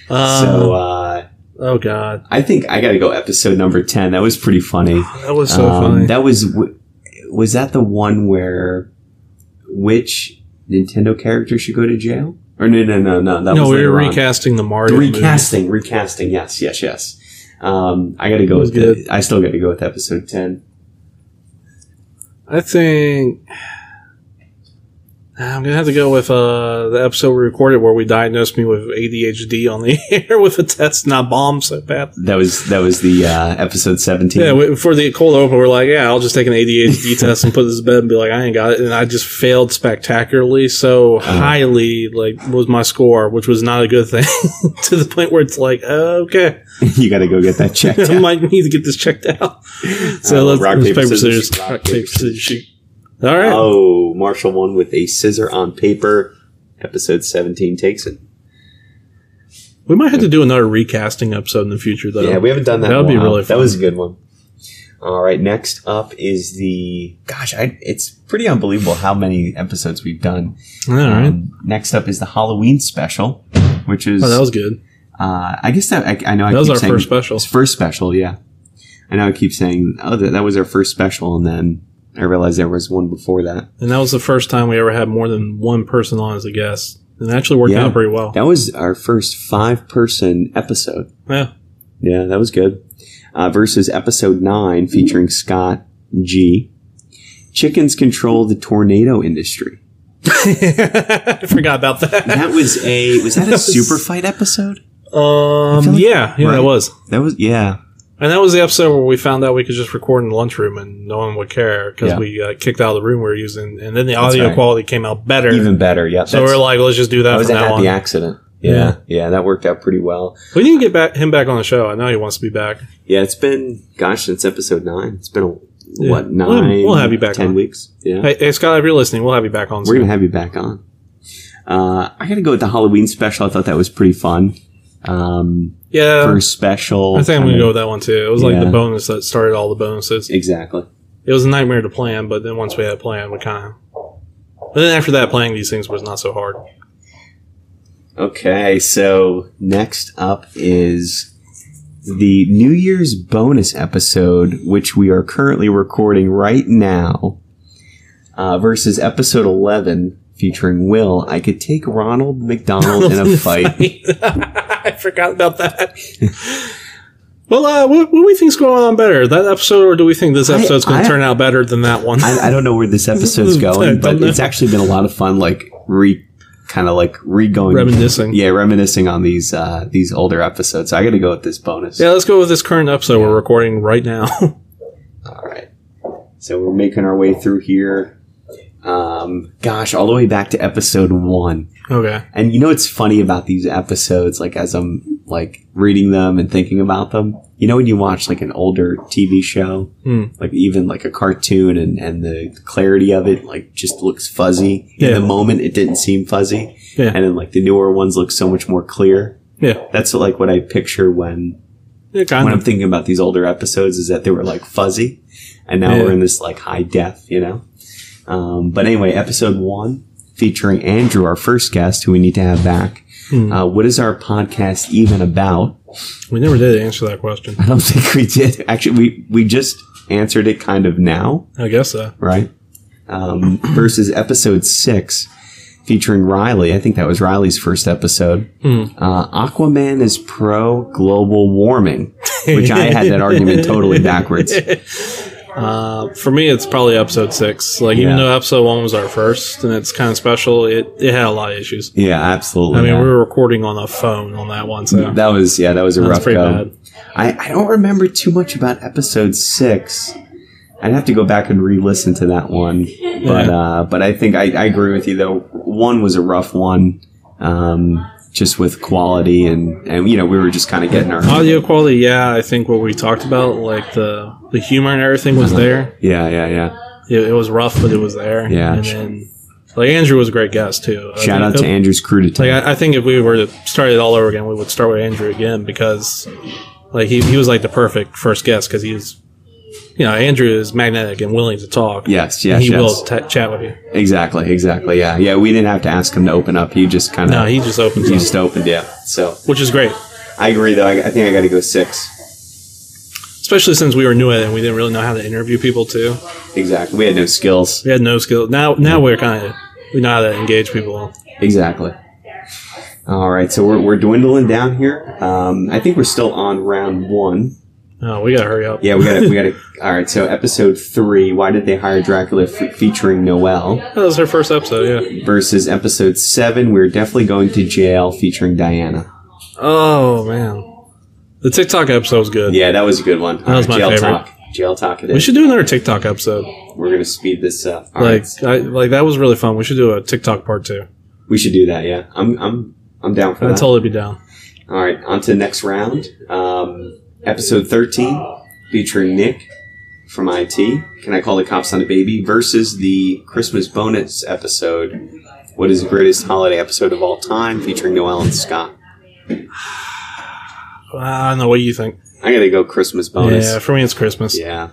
S2: Uh,
S1: so, uh,
S2: oh God,
S1: I think I got to go episode number 10. That was pretty funny.
S2: that was so
S1: Um,
S2: funny.
S1: That was w- was that the one where which Nintendo character should go to jail? Or no no no no, that
S2: no,
S1: was
S2: we were
S1: later on.
S2: recasting the
S1: The
S2: Mario. movie.
S1: recasting, recasting. Yes, yes, yes. Um, I got to go
S2: was
S1: with the, I still got to go with episode 10.
S2: I think I'm gonna have to go with uh, the episode we recorded where we diagnosed me with ADHD on the air with a test, and I bombed so bad.
S1: That was that was the uh, episode 17.
S2: Yeah, we- before the cold open, we're like, yeah, I'll just take an ADHD test and put this to bed and be like, I ain't got it, and I just failed spectacularly, so
S1: Uh-huh.
S2: highly. Like, was my score, which was not a good thing, to the point where it's like, okay,
S1: you got to go get that checked.
S2: I
S1: out.
S2: might need to get this checked out. So
S1: Uh,
S2: let's,
S1: rock,
S2: let's
S1: paper,
S2: paper
S1: scissors.
S2: scissors,
S1: Rock,
S2: rock,
S1: paper,
S2: paper scissors, shoot. All right.
S1: Oh, Marshall won with a scissor on paper. Episode 17 takes it.
S2: We might have to do another recasting episode in the future, though.
S1: Yeah, we haven't done that.
S2: That would be
S1: in a while.
S2: really
S1: That
S2: fun.
S1: was a good one. All right, next up is the gosh, I, it's pretty unbelievable how many episodes we've done.
S2: All right.
S1: Um, next up is the Halloween special, which is
S2: Oh, that was good.
S1: uh, I guess that I, I know I
S2: That was
S1: keep
S2: our
S1: saying-
S2: first special.
S1: It's first special, yeah. I know I keep saying oh that, that was our first special, and then I realized there was one before that.
S2: And that was the first time we ever had more than one person on as a guest. And it actually worked
S1: Yeah.
S2: out pretty well.
S1: That was our first five person episode.
S2: Yeah.
S1: Yeah, that was good. Uh, versus episode nine featuring Scott G. Chickens control the tornado industry.
S2: I forgot about that.
S1: That was a was that a super fight episode?
S2: Um, yeah, yeah,
S1: Right.
S2: that was.
S1: That was yeah.
S2: And that was the episode where we found out we could just record in the lunchroom and no one would care because
S1: Yeah.
S2: we got kicked out of the room we were using. And then the audio
S1: right.
S2: quality came out better.
S1: Even better. Yeah.
S2: so we are like, let's just do
S1: that
S2: that
S1: was
S2: from
S1: a
S2: now on.
S1: happy accident. Yeah. yeah.
S2: Yeah.
S1: that worked out pretty well.
S2: We need to get back, him back on the show. I know he wants to be back.
S1: Yeah, it's been gosh, since episode nine. It's been a what,
S2: Yeah.
S1: 9
S2: We'll- we'll have you back
S1: ten
S2: on.
S1: weeks. Yeah.
S2: Hey, hey, Scott, if you're listening, we'll have you back on
S1: We're
S2: soon.
S1: gonna have you back on. Uh, I gotta go with the Halloween special. I thought that was pretty fun. Um,
S2: Yeah.
S1: first special.
S2: Uh, I think I'm
S1: kinda-
S2: gonna go with that one too. It was like
S1: Yeah.
S2: the bonus that started all the bonuses.
S1: Exactly.
S2: It was a nightmare to plan, but then once we had a plan, we kind of. But then after that, playing these things was not so hard.
S1: Okay, so next up is the New Year's bonus episode, which we are currently recording right now, uh, versus episode 11 featuring Will. I could take Ronald McDonald in a fight.
S2: I forgot about that. well, uh, what, what do we think's going on better, that episode, or do we think this episode's going
S1: I-
S2: to turn out better than that one?
S1: I, I don't know where this episode's going, but
S2: Don't know.
S1: it's actually been a lot of fun, like, re. Kind of like re going
S2: Reminiscing.
S1: yeah, reminiscing on these uh, these older episodes. So I got to go with this bonus.
S2: yeah, let's go with this current episode we're recording right now.
S1: All right. So we're making our way through here. Um, gosh, all the way back to episode one.
S2: okay.
S1: And you know what's funny about these episodes? Like as I'm like reading them and thinking about them. You know, when you watch like an older TV show,
S2: Hmm.
S1: like even like a cartoon and, and the clarity of it, like just looks fuzzy. In
S2: Yeah.
S1: the moment, it didn't seem fuzzy.
S2: Yeah.
S1: And then like the newer ones look so much more clear.
S2: Yeah.
S1: That's like what I picture when,
S2: Yeah,
S1: when
S2: kind
S1: I'm
S2: of.
S1: thinking about these older episodes is that they were like fuzzy and now
S2: Yeah.
S1: we're in this like high def, you know? Um, but anyway, episode one featuring Andrew, our first guest who we need to have back. Uh, what is our podcast even about?
S2: We never did answer that question.
S1: I don't think we did. Actually, we, we just answered it kind of now,
S2: I guess uh, so.
S1: right? Um, versus episode six featuring Riley. I think that was Riley's first episode. Uh, Aquaman is pro global warming, which I had that argument totally backwards.
S2: Uh, for me, it's probably episode six. Like, even
S1: Yeah.
S2: though episode one was our first and it's kind of special, it, it had a lot of issues.
S1: Yeah, absolutely.
S2: I mean,
S1: yeah.
S2: we were recording on a phone on that one, so
S1: that was yeah, that was a
S2: that's
S1: rough
S2: pretty
S1: go.
S2: bad.
S1: I, I don't remember too much about episode six. I'd have to go back and re-listen to that one, but
S2: Yeah.
S1: uh, but I think I, I agree with you though. One was a rough one, um, just with quality and and you know we were just kind of getting our
S2: Audio quality, yeah, I think what we talked about, like the the humor and everything
S1: Uh-huh.
S2: was there.
S1: yeah yeah yeah.
S2: It, it was rough, but it was there.
S1: Yeah.
S2: and then like Andrew was a great guest too. I
S1: Shout
S2: think-
S1: out to Andrew's crew to
S2: Like I, I think if we were to start it all over again, we would start with Andrew again because like he, he was like the perfect first guest because he was, you know, Andrew is magnetic and willing to talk.
S1: Yes,
S2: and
S1: yes,
S2: he
S1: yes.
S2: will t- chat with you.
S1: Exactly, exactly. Yeah, yeah. We didn't have to ask him to open up. He just kind of
S2: No, he just opens,
S1: he
S2: up,
S1: just opened. Yeah. So
S2: which is great,
S1: I agree though. I, I think I got to go six.
S2: especially since we were new at it and we didn't really know how to interview people too.
S1: Exactly. We had no skills.
S2: We had no skill. Now, now we're kind of we know how to engage people.
S1: Exactly. All right, so we're, we're dwindling down here. Um, I think we're still on round one.
S2: Oh, we gotta hurry up.
S1: Yeah, we got to we got to. All right, so episode three. Why did they hire Dracula f- featuring Noel
S2: that was her first episode. Yeah.
S1: versus episode seven? We're definitely going to jail featuring Diana.
S2: Oh man, the TikTok episode was good.
S1: Yeah, that was a good one. That
S2: was my
S1: jail
S2: favorite.
S1: talk. Jail talk. It
S2: We
S1: is.
S2: should do another TikTok episode.
S1: we're gonna speed this up. All right,
S2: like, I, like that was really fun. We should do a TikTok part two.
S1: we should do that. Yeah, I'm I'm I'm down for
S2: I'd
S1: that.
S2: totally be down.
S1: All right, on to the next round. Um, episode 13, featuring Nick from IT. Can I call the cops on a baby? Versus the Christmas bonus episode. What is the greatest holiday episode of all time? Featuring Noel and Scott.
S2: I don't know what do you think.
S1: I'm gonna go Christmas bonus.
S2: Yeah, for me it's Christmas.
S1: Oh, Yeah.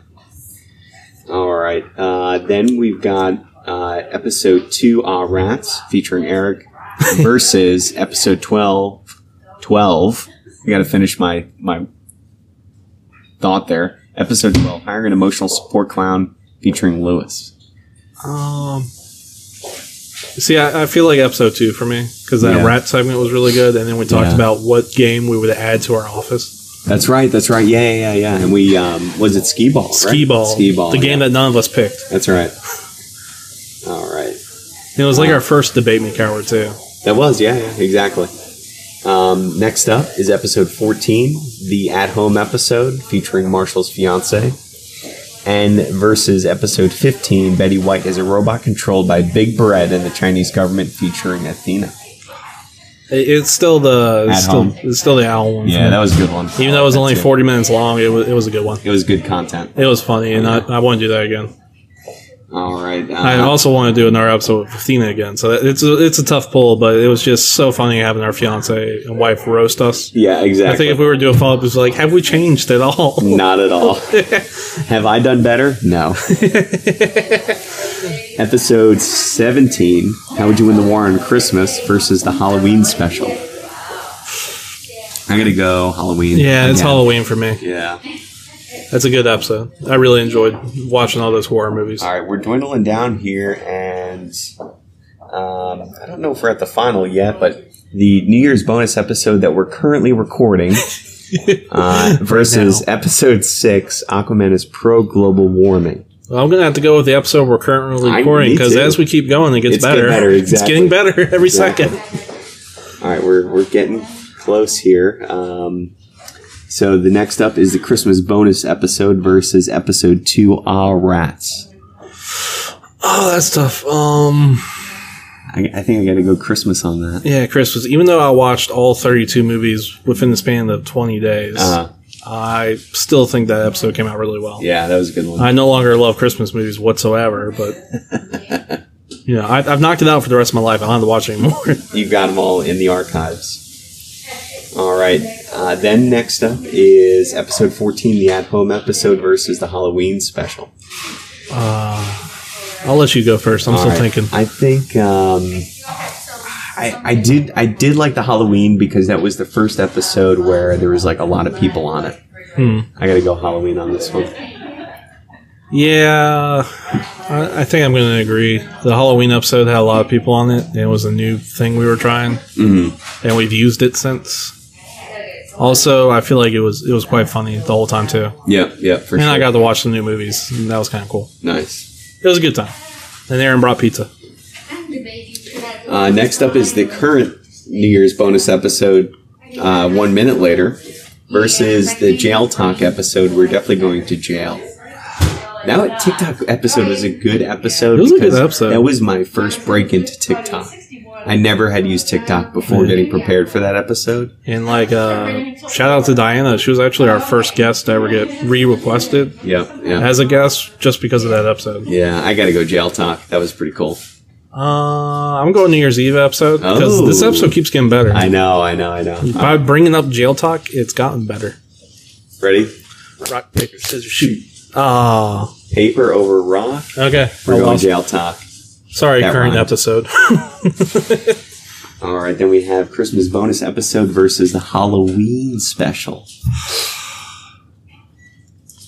S1: All right. Uh, then we've got uh, episode two, Ah Rats, featuring Eric, versus episode 12. 12. I got to finish my, my thought there. Episode 12, Hiring an Emotional Support Clown, featuring Lewis.
S2: Um, see, I, I feel like episode two for me because that
S1: Yeah.
S2: rap segment was really good, and then we talked
S1: Yeah.
S2: about what game we would add to our office.
S1: That's right. That's right. Yeah, yeah, yeah. And we, um, was it Skee Ball? right?
S2: Skee ball,
S1: Skee Ball.
S2: the
S1: yeah.
S2: game that none of us picked.
S1: That's right. All right.
S2: It was like our first debate me coward too.
S1: That was, yeah, yeah exactly. Um, next up is episode 14, the at home episode featuring Marshall's fiance, and versus episode 15, Betty White is a robot controlled by Big Bread and the Chinese government featuring Athena.
S2: It, it's still the
S1: At
S2: it's still,
S1: home.
S2: it's still the owl one. for me.
S1: was a good one.
S2: even though it was only forty minutes long, it was it was a good one.
S1: It was good content.
S2: It was funny, and I, I want to do that again.
S1: All right. Uh,
S2: I also want to do another episode with Athena again. So that, it's a, it's a tough pull, but it was just so funny having our fiance and wife roast us.
S1: yeah,
S2: I think
S1: exactly.
S2: if we were to do a follow up, it was like, have we changed at all?
S1: Not at all. Have I done better? No. Episode 17 How Would You Win the War on Christmas versus the Halloween special? I'm going to go Halloween.
S2: Yeah, it's
S1: again.
S2: Halloween for me.
S1: Yeah.
S2: That's a good episode. I really enjoyed watching all those horror movies.
S1: All right, we're dwindling down here, and um, I don't know if we're at the final yet, but the New Year's bonus episode that we're currently recording uh, versus episode six Aquaman is pro global warming.
S2: Well, I'm gonna have to go with the episode we're currently
S1: I-
S2: recording
S1: me
S2: because
S1: too.
S2: as we keep going, it gets
S1: It's
S2: better.
S1: getting better,
S2: It's
S1: exactly.
S2: getting better every
S1: Exactly.
S2: second.
S1: All right, we're we're getting close here. Um, so the next up is the Christmas bonus episode versus episode two, Ah Rats.
S2: Oh, that's tough. Um,
S1: I, I think I got to go Christmas on that.
S2: Yeah, Chris was even though I watched all 32 movies within the span of 20 days,
S1: Uh,
S2: I still think that episode came out really well.
S1: yeah, that was a good one.
S2: I no longer love Christmas movies whatsoever, but you know, I, I've knocked it out for the rest of my life. I don't have to watch it anymore.
S1: You've got them all in the archives. All right. Uh, then next up is episode 14, the at home episode versus the Halloween special.
S2: I'll let you go first. I'm
S1: All
S2: still
S1: right.
S2: thinking.
S1: I think um, I, I did. I did like the Halloween because that was the first episode where there was like a lot of people on it.
S2: Hmm.
S1: I got to go Halloween on this one.
S2: Yeah, I, I think I'm going to agree. The Halloween episode had a lot of people on it. and It was a new thing we were trying,
S1: Mm-hmm.
S2: and we've used it since. Also, I feel like it was it was quite funny the whole time too.
S1: Yep, yep, for
S2: And I got to watch the new movies. And that was kind of cool.
S1: nice.
S2: It was a good time. And Aaron brought pizza.
S1: Uh, next up is the current New Year's bonus episode, uh, one minute later, versus the jail talk episode. We're definitely going to jail. Now, that TikTok episode was a good episode
S2: It was a good
S1: because
S2: episode.
S1: that was my first break into TikTok. I never had used TikTok
S2: Hmm.
S1: before getting prepared for that episode.
S2: And like, uh, shout out to Diana. She was actually our first guest to ever get re-requested
S1: Yeah, yeah.
S2: as a guest just because of that episode.
S1: Yeah, I gotta go jail talk. That was pretty cool.
S2: Uh, I'm going New Year's Eve episode because
S1: Oh.
S2: this episode keeps getting better.
S1: I know, I know, I know. Uh,
S2: By bringing up jail talk, it's gotten better.
S1: ready?
S2: Rock, paper, scissors, shoot. Ah,
S1: Paper over rock.
S2: okay.
S1: We're
S2: I
S1: going
S2: lost-
S1: jail talk.
S2: Sorry,
S1: That
S2: current
S1: rhymed.
S2: episode.
S1: All right, then we have Christmas bonus episode versus the Halloween special.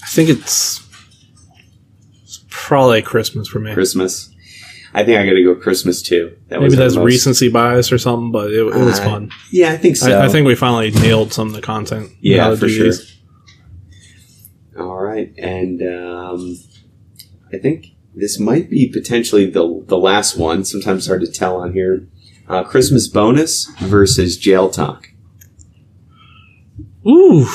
S2: I think it's, it's probably Christmas for me.
S1: Christmas. I think I gotta go Christmas too. That
S2: Maybe
S1: our
S2: that's
S1: most-
S2: recency bias or something, but it, it was
S1: Uh,
S2: fun.
S1: Yeah, I think so.
S2: I, I think we finally nailed some of the content. How
S1: Yeah,
S2: to
S1: for
S2: do
S1: sure.
S2: these.
S1: All right, and um, I think this might be potentially the the last one. Sometimes it's hard to tell on here. Uh, Christmas bonus versus jail talk.
S2: Ooh,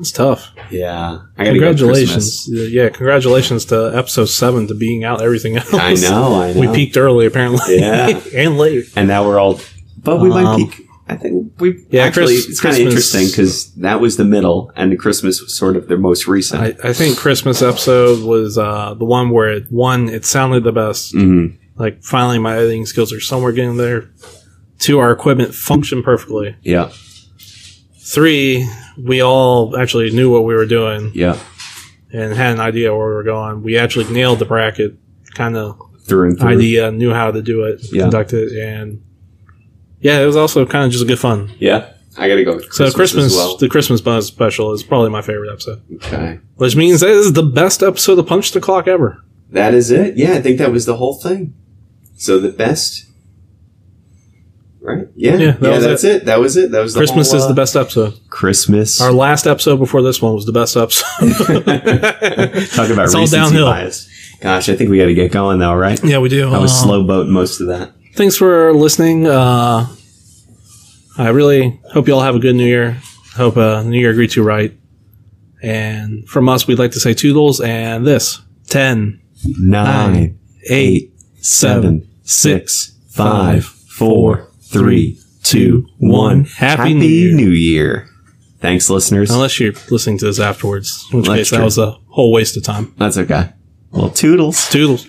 S2: it's tough.
S1: Yeah, I gotta go Christmas.
S2: Congratulations. yeah, congratulations to episode seven to being out everything else.
S1: I know, I know.
S2: We peaked early, apparently.
S1: Yeah.
S2: and late.
S1: and now we're all. But we might
S2: Um,
S1: peak. I think we
S2: Yeah,
S1: actually.
S2: Chris-
S1: it's kind of
S2: Christmas-
S1: interesting because that was the middle, and the Christmas was sort of their most recent.
S2: I, I think Christmas episode was uh, the one where it one, it sounded the best.
S1: Mhm.
S2: Like finally, my editing skills are somewhere getting there. Two, our equipment functioned perfectly.
S1: Yeah,
S2: Three, we all actually knew what we were doing
S1: yeah,
S2: and had an idea where we were going. We actually nailed the bracket, kind of
S1: through and through.
S2: idea, knew how to do it,
S1: Mm-hmm. Yeah.
S2: conduct it, and yeah, it was also kind of just good fun.
S1: Yeah, I gotta go. With
S2: So
S1: Christmas,
S2: Christmas,
S1: as well.
S2: the Christmas bonus special is probably my favorite episode,
S1: okay,
S2: which means that is the best episode of Punch the Clock ever.
S1: that is it. Yeah, I think that was the whole thing. So the best. Right? Yeah.
S2: Yeah,
S1: Yeah,
S2: that was
S1: that's it. That was it. That was the
S2: Christmas
S1: whole,
S2: is the
S1: uh,
S2: best episode.
S1: Christmas.
S2: Our last episode before this one was the best episode.
S1: Talk about
S2: It's all
S1: recency
S2: downhill.
S1: bias. Gosh, I think we got to get going though, right?
S2: yeah, we do.
S1: I was
S2: Uh,
S1: slow boat most of that.
S2: Thanks for listening. Uh, I really hope you all have a good New Year. Hope uh, New Year greets you right. And from us, we'd like to say toodles and this ten,
S1: Nine,
S2: eight, seven,
S1: seven,
S2: six.
S1: six, five, four, three, two, one.
S2: Happy New Year.
S1: New Year. Thanks, listeners.
S2: Unless you're listening to this afterwards, in which
S1: That's
S2: case
S1: true.
S2: that was a whole waste of time.
S1: That's okay. Well, toodles.
S2: Toodles.